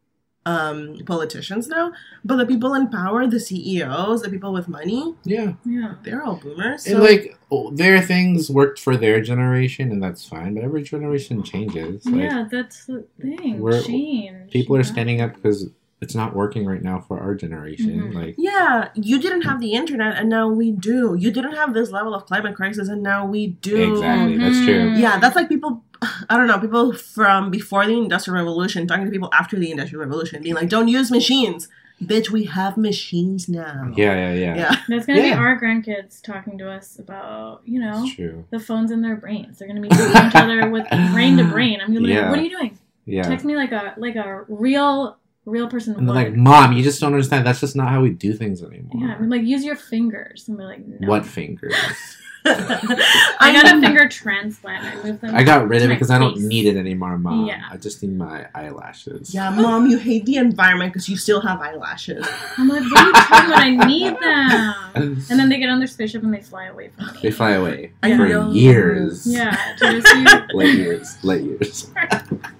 S3: um politicians now but the people in power the ceos the people with money
S1: Yeah.
S2: Yeah.
S3: they're all boomers. So
S1: and like oh, their things worked for their generation, and that's fine. But every generation changes. Like
S2: yeah, that's the thing.
S1: we're-
S2: Change.
S1: people are
S2: yeah.
S1: standing up because it's not working right now for our generation.
S2: Mhm.
S1: Like
S3: yeah, you didn't have the internet and now we do. You didn't have this level of climate crisis and now we do.
S1: exactly, that's true.
S2: Mhm.
S3: Yeah, that's like people. I don't know people from before the Industrial Revolution talking to people after the Industrial Revolution, being like, "Don't use machines, bitch. We have machines now." [LAUGHS]
S1: Yeah, yeah, yeah.
S3: Yeah.
S2: That's gonna be
S1: Yeah.
S2: our grandkids talking to us about you know
S1: That's true.
S2: the phones in their brains. They're gonna be talking each
S1: [LAUGHS]
S2: other with brain to brain. I'm gonna be
S1: Yeah.
S2: like, what are you doing?
S1: Yeah.
S2: Text me like a like a real real person
S1: And
S2: would.
S1: they're like, "Mom, you just don't understand. That's just not how we do things anymore."
S2: yeah, I'm like use your fingers. And they're like, no.
S1: What
S2: [LAUGHS]
S1: fingers?
S2: I got a
S3: I'm-
S2: finger transplant. I moved them.
S1: I got rid of
S2: to
S1: it
S2: my
S1: because I don't
S2: face.
S1: need it anymore, Mom.
S2: Yeah.
S1: I just need my eyelashes.
S3: Yeah, mom, you hate the environment because you still have eyelashes.
S2: I'm like, what are you talking about? I need
S1: [LAUGHS]
S2: them. And then they get on their spaceship and they fly away from me.
S1: They fly away
S3: I
S1: for
S3: know.
S1: years. [LAUGHS]
S2: Yeah, to just you.
S1: Late years. Late
S2: [LAUGHS]
S1: years.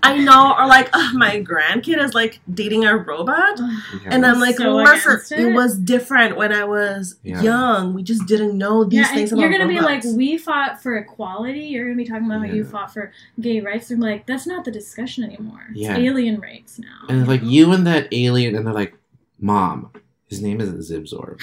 S3: I know, or like, [LAUGHS] "Ugh, my grandkid is like dating a robot. And
S2: Yeah.
S3: I'm like,
S2: So
S3: listen,
S2: against
S3: it?
S2: it?
S3: was different when I was
S1: Yeah.
S3: young. We just didn't know these
S2: yeah, and
S3: things.
S2: you're
S3: about
S2: gonna be like,
S3: robots.
S2: we fought for equality. You're gonna be talking about how you
S1: Yeah.
S2: fought for gay rights. They're like, that's not the discussion anymore. It's
S1: Yeah.
S2: alien rights now. [LAUGHS]
S1: and like you and that alien, and they're like,
S2: [LAUGHS]
S1: Mom, his name isn't Zibzorb.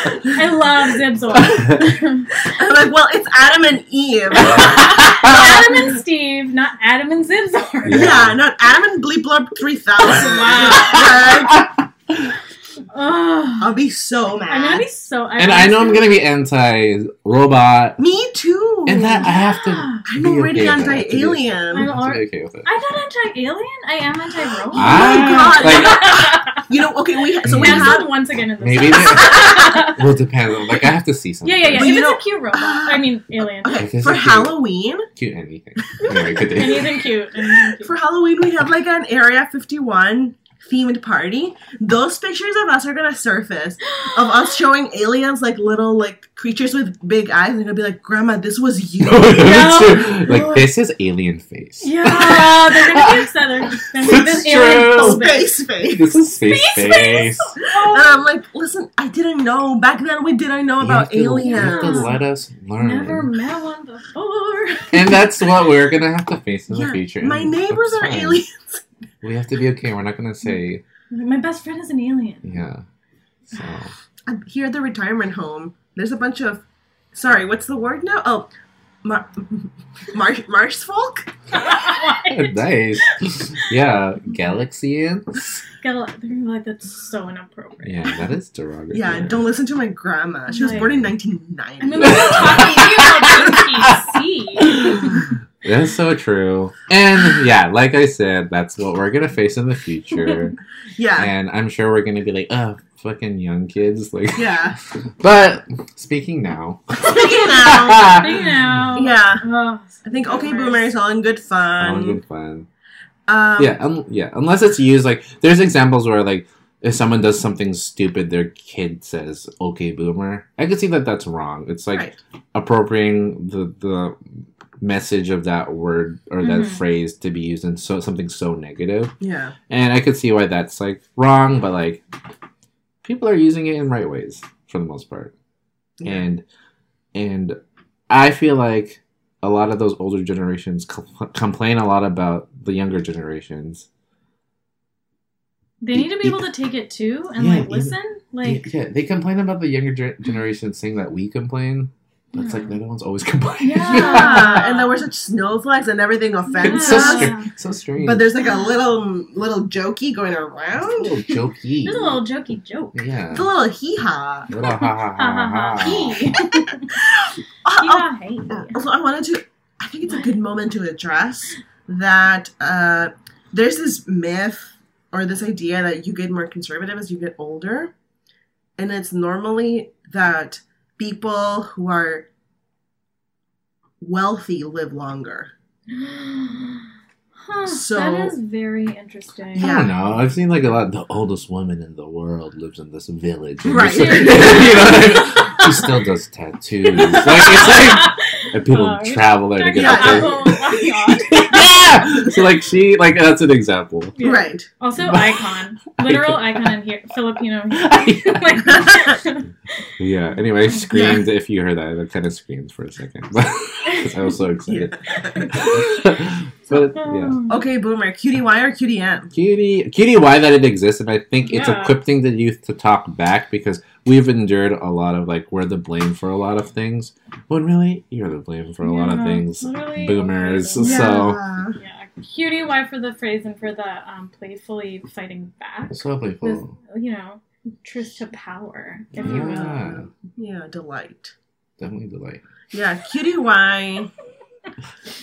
S2: I love
S1: [LAUGHS]
S2: Zibzor.
S3: [LAUGHS] I'm like, well, it's Adam and Eve.
S2: Adam and Steve, not Adam and Zibzor.
S1: Yeah.
S3: [LAUGHS] yeah, not Adam and Bleep Blurb 3000.
S2: Wow.
S3: Like,
S2: Ugh.
S3: I'll be so mad.
S2: I'm gonna be
S1: [LAUGHS]
S2: so.
S1: and I know I'm gonna be anti robot,
S3: Me too.
S1: and that I have to.
S2: Oh, I'm
S3: I'm
S1: be okay
S3: already
S1: with it. I have to
S3: anti
S1: be-
S2: I'm
S3: alien.
S1: I have to be
S2: alre-
S1: okay with it.
S2: I'm not anti-alien. I am Oh anti-robot.
S1: Ah,
S3: God.
S1: [LAUGHS]
S3: You know, okay, we so we
S1: Maybe-
S3: had
S2: Cancelled once again in this.
S1: Maybe
S2: yeah,
S1: Well, depends. on- Like I have to see something.
S2: [LAUGHS] yeah, yeah. If
S3: But you
S2: it's a
S3: know-
S2: cute robot, I mean
S3: [LAUGHS]
S2: alien.
S1: This
S3: okay,
S1: is
S3: for
S1: a cute-
S3: Halloween.
S1: Cute anything. [LAUGHS] Anyway, continue.
S2: Anything cute. Anything cute.
S3: For Halloween, we had like an Area 51 themed party. Those pictures of us are gonna surface of us showing aliens like little like creatures with big eyes, and they're gonna be like, "Grandma, this was
S1: [LAUGHS]
S3: you."
S1: It's true. Like this is alien face.
S2: Yeah, they're gonna be upset. They're they're gonna be
S1: It's
S2: this alien
S1: true.
S2: phobic.
S3: Space face.
S1: This is space face.
S3: And I'm like, listen, I didn't know back then. We didn't know
S1: You have
S3: about
S1: to- You have to
S3: aliens.
S1: let us learn.
S2: Never met one before.
S1: And that's what we're gonna have to face in the
S3: Yeah,
S1: future.
S3: My
S1: and
S3: neighbors
S1: that's
S3: are
S1: fine.
S3: aliens. [LAUGHS]
S1: We have to be okay. We're not gonna say
S2: My best friend is an alien. [LAUGHS]
S1: yeah.
S3: [LAUGHS]
S1: So
S3: I'm here at the retirement home. There's a bunch of, sorry, what's the word now? Oh, mar- [LAUGHS] marsh marsh folk.
S2: Why?
S1: nice. Yeah, Galaxians.
S2: Get a lot- They're gonna be like, that's so inappropriate.
S1: Yeah, that is derogatory.
S3: Yeah, don't listen to my grandma. She was
S2: Right.
S3: born in
S2: I mean,
S3: 1990.
S2: we're talking to you
S1: [LAUGHS]
S2: about being PC.
S1: That's so true. And yeah, like I said, that's what we're gonna face in the future.
S3: [LAUGHS] Yeah,
S1: and I'm sure we're gonna be like, oh, fucking young kids. Like, [LAUGHS]
S3: yeah. [LAUGHS]
S1: but speaking now. [LAUGHS]
S3: Speaking now,
S2: Speaking now.
S3: yeah.
S2: Oh,
S3: I think okay, boomer is all in good
S1: All
S3: fun.
S1: good fun.
S3: Um,
S1: yeah, un- yeah. Unless it's used like there's examples where like if someone does something stupid, their kid says "Okay, boomer." I could see that that's wrong. It's like
S3: Right.
S1: appropriating the the message of that word or that
S2: Mhm.
S3: Mm-hmm.
S1: phrase to be used in so something so negative,
S3: yeah,
S1: and I could see why that's like wrong. But like people are using it in right ways for the most part,
S3: Yeah.
S1: and and I feel like. A lot of those older generations com- complain a lot about the younger generations,
S2: They need to be able to take it too and like
S1: Yeah,
S2: listen. Like,
S1: yeah, they complain about the younger ger- generation saying that we complain. That's like
S2: Yeah.
S1: they're the ones always [LAUGHS] complaining.
S2: Yeah.
S3: yeah. Ah, and there were such snowflakes and everything offends
S1: it's so
S2: Yeah.
S3: us.
S1: strange. So strange.
S3: But there's like a little little jokey going
S1: It's a
S3: around.
S1: little
S2: [LAUGHS]
S1: jokey.
S2: there's a little jokey joke.
S1: yeah.
S3: It's a little hee haw.
S1: Little ha ha
S2: [LAUGHS]
S1: ha ha.
S2: Hee.
S1: [LAUGHS]
S3: Oh,
S2: Yeah, Uh-huh. hey.
S3: Also, I wanted to. I think it's a good moment to address that uh, there's this myth or this idea that you get more conservative as you get older, and it's normally that people who are wealthy live longer.
S2: Huh,
S3: So-
S2: that is very interesting.
S1: I
S2: [LAUGHS]
S3: Yeah.
S1: don't know. I've seen like a lot. The oldest woman in the world lives in this
S3: [LAUGHS]
S1: village. and
S3: Right.
S1: it's like- [LAUGHS] you know what I mean? [LAUGHS] She still does tattoos. Like it's like and people
S2: Oh, you're
S1: travel there to get
S2: Talking
S3: Yeah.
S2: about
S1: yeah.
S2: Apple oh icon.
S1: [LAUGHS] yeah. So like she like that's an example. [LAUGHS]
S2: Yeah.
S3: Right.
S2: Also, icon, literal icon in here, Filipino. [LAUGHS]
S1: Yeah. Anyway, screamed if you heard that. That kind of screamed for a second. [LAUGHS] 'Cause I was [LAUGHS]
S3: [LAUGHS]
S1: so excited. [LAUGHS] but
S2: um,
S1: yeah,
S3: Okay, boomer, cutie Y or cutie M?
S1: cutie, cutie, why that it exists, and I think it's
S2: Yeah.
S1: equipping the youth to talk back because we've endured a lot of like we're the blame for a lot of things. When really, you're the blame for a lot of things. Boomers. So-
S3: Yeah.
S2: Yeah, cutie. Why for the phrase and for the um, playfully fighting back?
S1: So oh,
S2: With,
S1: playful.
S2: you know, truth to power, if you will.
S1: Yeah,
S3: Yeah, delight.
S1: definitely delight.
S3: Yeah, cutie Y.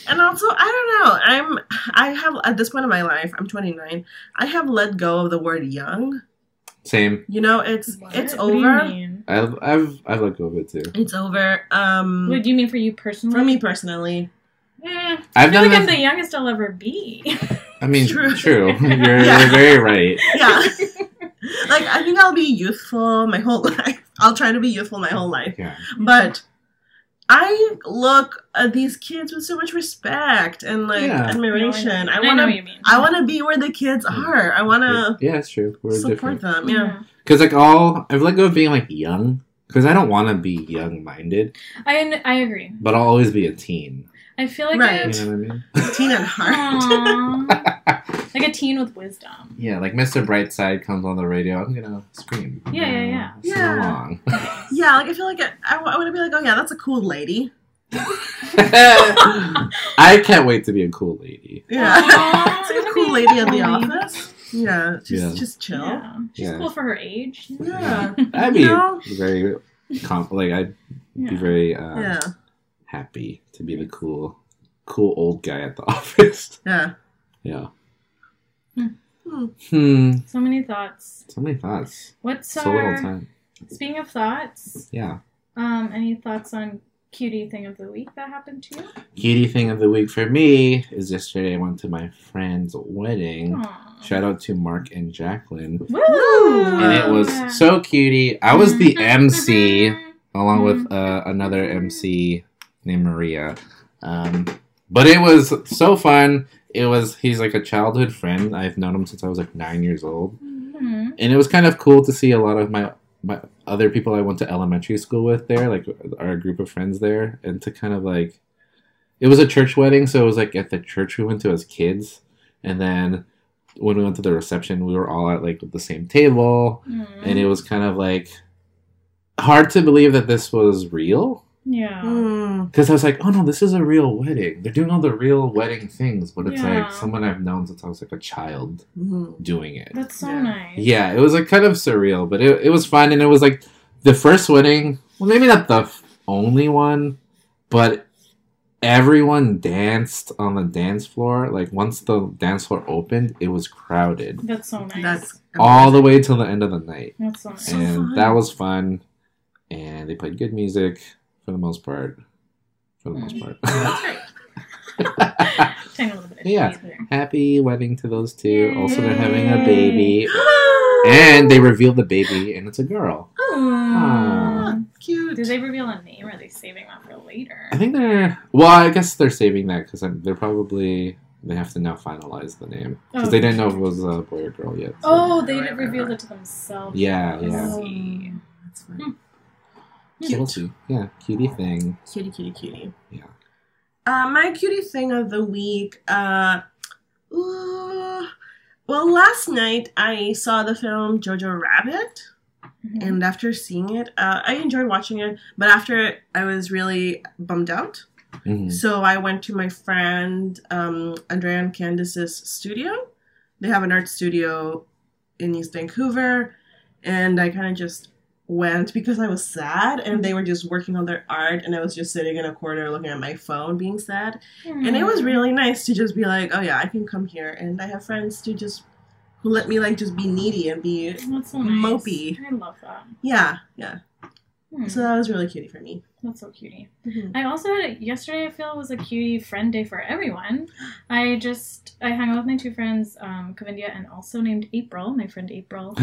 S3: and also, I don't know. I'm I have at this point in my life, I'm 29. I have let go of the word young.
S1: Same.
S3: You know, it's
S2: What?
S3: it's
S2: What do you
S3: over.
S2: mean?
S1: I've I've I've let go of it too.
S3: It's over. Um
S2: What do you mean for you personally?
S3: for me personally.
S2: Eh,
S1: I've
S2: I feel
S1: done.
S2: like I'm
S1: that-
S2: the youngest I'll ever
S3: [LAUGHS]
S2: be.
S1: I mean,
S3: True.
S2: [LAUGHS]
S1: true. You're
S3: Yeah.
S1: very right.
S3: Yeah. like I think I'll be youthful my whole [LAUGHS] life. I'll try to be youthful my whole life.
S1: Yeah.
S3: But I look at these kids with so much respect and like
S1: Yeah.
S3: admiration.
S2: No,
S3: I
S2: know. know what
S3: want to
S2: you mean.
S3: I want to be where the kids are. I want to
S1: yeah, it's true. We're
S3: support
S1: different.
S3: them. Yeah.
S2: Mm-hmm.
S1: Because like all, I've let go of being like young. Because I don't want to be young-minded,
S2: I I agree.
S1: but I'll always be a teen.
S2: I feel like
S3: Right.
S1: You
S2: I,
S1: know what I mean?
S3: Teen at
S2: [LAUGHS]
S3: heart.
S2: Aw. like a teen with wisdom.
S1: Yeah, like Mr. Brightside comes on the radio. I'm gonna scream. I'm
S2: Yeah, yeah,
S1: gonna sing
S2: yeah.
S3: Yeah.
S1: along.
S3: Yeah, like I feel like I, I, w- I would be like, oh yeah, that's a cool lady.
S1: [LAUGHS]
S3: [LAUGHS]
S1: I can't wait to be a cool lady.
S3: Yeah,
S2: Aw,
S3: [LAUGHS] it's like a
S2: that'd
S3: cool
S2: Oh, be
S3: lady at the
S2: cool.
S3: office. Yeah, just
S1: Yeah.
S3: just chill. Yeah,
S2: Yeah. She's
S1: Yeah.
S2: cool for her age.
S3: yeah.
S1: I'd be
S3: You know?
S1: very, com- like I'd be
S2: Yeah.
S1: very uh,
S3: yeah.
S1: happy to be the cool, cool old guy at the [LAUGHS] office. Yeah.
S3: Hmm.
S1: Hmm.
S2: So many thoughts.
S1: So many thoughts.
S2: What's
S1: So little
S2: our
S1: time.
S2: speaking of thoughts?
S1: Yeah.
S2: Um, any thoughts on cutie thing of the week that happened to you?
S1: Giddy thing of the week for me is yesterday I went to my friend's wedding.
S2: Aw.
S1: Shout out to Mark and Jacqueline.
S2: Woo! Mm-hmm.
S1: And it was
S2: Yeah.
S1: so cutie. I was the MC
S2: Mhm.
S1: along with uh, another MC named Maria. Um, but it was so fun. It was he's like a childhood friend. I've known him since I was like nine years old,
S2: Mhm.
S1: and it was kind of cool to see a lot of my my other people I went to elementary school with there, like our group of friends there, and to kind of like it was a church wedding, so it was like at the church we went to as kids, and then when we went to the reception, we were all at like the same table,
S2: Mhm.
S1: and it was kind of like hard to believe that this was real
S2: yeah.
S3: Mm.
S1: because I was like, oh no, this is a real wedding. They're doing all the real wedding things, but it's
S2: Yeah.
S1: like someone I've known since I was like a child
S3: Mm.
S1: doing it.
S2: That's so
S3: Yeah.
S2: nice.
S1: Yeah, it was like kind of surreal, but it, it was fun, and it was like the first wedding. Well, maybe not the f- only one, but everyone danced on the dance floor. Like once the dance floor opened, it was crowded
S2: That's so nice.
S3: That's
S1: all the way till the end of the night
S2: That's so
S1: [LAUGHS]
S2: nice.
S3: So
S1: and
S3: fun.
S1: that was fun. And they played good music for the most part. For the most part.
S3: That's great.
S2: Tiny little bit of
S1: Yeah.
S2: cheese there.
S1: [LAUGHS] Happy wedding to those two. Also, they're having a baby. [LAUGHS] And
S3: and
S1: they reveal the baby, and it's a girl.
S2: Aw.
S3: cute.
S2: Did Hmm. they reveal a name? Or are they saving that for later?
S1: I think they're. Well, I guess they're saving that because they're probably. They have to now finalize the name. Because they didn't know if it was a boy or girl yet. so-
S2: Oh, they
S3: Right, right,
S2: revealed
S3: right.
S2: it to themselves.
S1: Yeah, yeah.
S2: Oh.
S3: That's fun.
S1: So we'll see. Yeah, cutie thing.
S3: Cutie, cutie, cutie.
S1: Yeah.
S3: Uh, my cutie thing of the week. Uh, ooh, well, last night I saw the film Jojo Rabbit.
S2: Mhm.
S3: and after seeing it uh, i enjoyed watching it but after it i was really bummed out
S1: Mhm.
S3: so i went to my friend um, andrea and candace's studio they have an art studio in east vancouver and i kind of just went because i was sad and they were just working on their art and i was just sitting in a corner looking at my phone being sad
S2: Mm-hmm.
S3: and it was really nice to just be like oh yeah i can come here and i have friends to just who let me like just be needy and be
S2: That's so nice.
S3: mopey.
S2: I love that.
S3: yeah yeah
S2: Hmm.
S3: so that was really cutie for me
S2: That's so cutie.
S3: Mm-hmm.
S2: I also had yesterday. I feel was a cutie friend day for everyone. I just I hung out with my two friends, um, Kavindia and also named April. My
S1: [LAUGHS]
S2: friend April.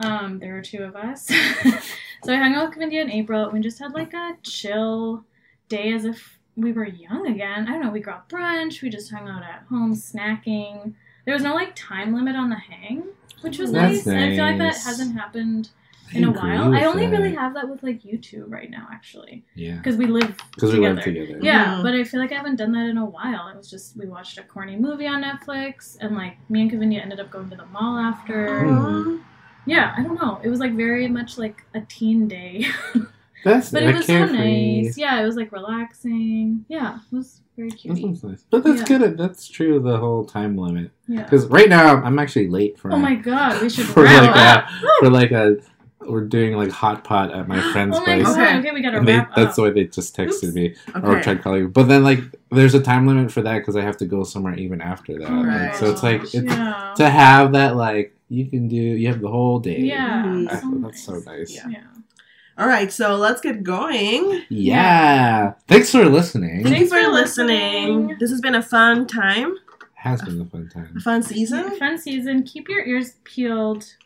S2: um, there were two of us, [LAUGHS] so I hung out with Kavindia and April. We just had like a chill day as if we were young again. I don't know. We got brunch. We just hung out at home, snacking. There was no like time limit on the hang, which was
S1: That's
S2: nice. I feel like that
S1: nice.
S2: hasn't happened in
S1: I
S2: a
S1: agree
S2: while.
S1: with
S2: I only
S1: that.
S2: really have that with like you two right now, actually,
S1: Yeah.
S2: because we live
S1: Because we live
S2: together.
S1: together.
S2: yeah,
S3: Mhm.
S2: but I feel like I haven't done that in a while. It was just we watched a corny movie on Netflix, and like me and Kavinia ended up going to the mall after.
S1: Mhm.
S2: Yeah, I don't know. It was like very much like a teen day, [LAUGHS]
S1: That's
S2: but
S1: I
S2: it was so
S1: carefree.
S2: nice. Yeah, it was like relaxing. Yeah, it was very
S1: That
S2: cute.
S1: sounds nice. But that's
S2: Yeah.
S1: good. That's true. The whole time limit.
S2: Yeah.
S1: Because right now I'm actually late for.
S2: Oh my god,
S1: [LAUGHS]
S2: we should
S1: For
S2: wrap
S1: like
S2: up.
S1: a, for like a, we're doing like hot pot at my friend's
S2: [GASPS] oh my
S1: place.
S2: god.
S3: Okay.
S2: Okay. we gotta
S1: And they,
S2: wrap
S1: that's
S2: up.
S1: why they just texted
S2: Oops.
S1: me or
S3: Okay.
S1: tried calling me. But then like there's a time limit for that because I have to go somewhere even after that.
S2: Oh my
S1: Like, so it's like
S2: gosh,
S1: it's
S2: yeah.
S1: to have that like you can do you have the whole day.
S2: yeah,
S3: Mm.
S1: I-
S2: so
S1: that's so nice.
S3: Yeah.
S2: Yeah.
S3: All right, so let's get going.
S1: Yeah. Thanks for listening.
S3: Thank
S2: Thanks
S3: you for
S2: for
S3: listening.
S2: listening.
S3: This has been a fun time,
S1: Has been a fun time.
S3: a fun season.
S2: Fun season. Keep your ears peeled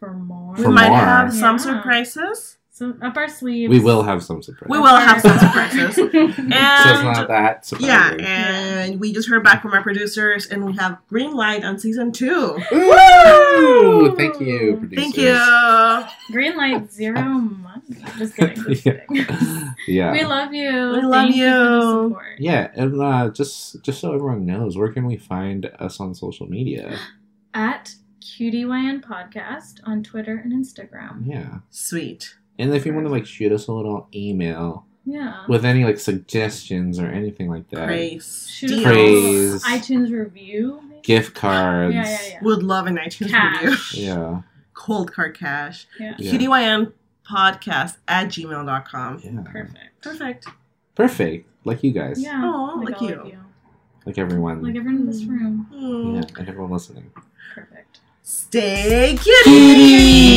S2: for more.
S3: We
S1: For
S3: might
S1: more.
S3: have some
S2: Yeah.
S3: surprises.
S2: So up our sleeves.
S1: We will have some surprises.
S3: We will have
S2: [LAUGHS]
S3: some surprises.
S1: so it's not
S3: And-
S1: that
S3: Yeah,
S1: surprising.
S3: and we just heard back from our producers, and we have green light on season two.
S1: Woo! Thank you, producers.
S3: Thank you.
S2: Green light zero money. Just kidding.
S1: [LAUGHS]
S2: Just
S1: Yeah.
S2: kidding. [LAUGHS]
S1: yeah.
S2: We love you.
S3: We love
S2: Thank you. for the
S3: you.
S2: support.
S1: yeah, and uh, just just so everyone knows, where can we find us on social media?
S2: at QDYN Podcast on Twitter and Instagram.
S1: Yeah.
S3: Sweet.
S1: And if you want to like shoot us a little email
S2: Yeah.
S1: with any like suggestions or anything like that,
S3: Praise.
S2: Shoot
S3: Deals.
S2: us a little
S1: Praise.
S2: iTunes review. maybe?
S1: gift cards.
S2: Yeah, yeah, yeah.
S3: Would love an iTunes review.
S2: Cash.
S1: Yeah.
S3: [LAUGHS] Cold card cash.
S2: Yeah.
S1: Yeah.
S3: QDYN podcast at gmail.com.
S1: Yeah.
S2: Perfect.
S3: Perfect.
S1: Perfect. Like you guys.
S2: Yeah.
S3: Aw, like
S2: all
S3: you. Mm.
S2: of
S1: Like everyone.
S2: Like everyone in this room.
S1: yeah.
S3: Hmm.
S1: Like everyone listening.
S2: Perfect.
S3: Stay kitty.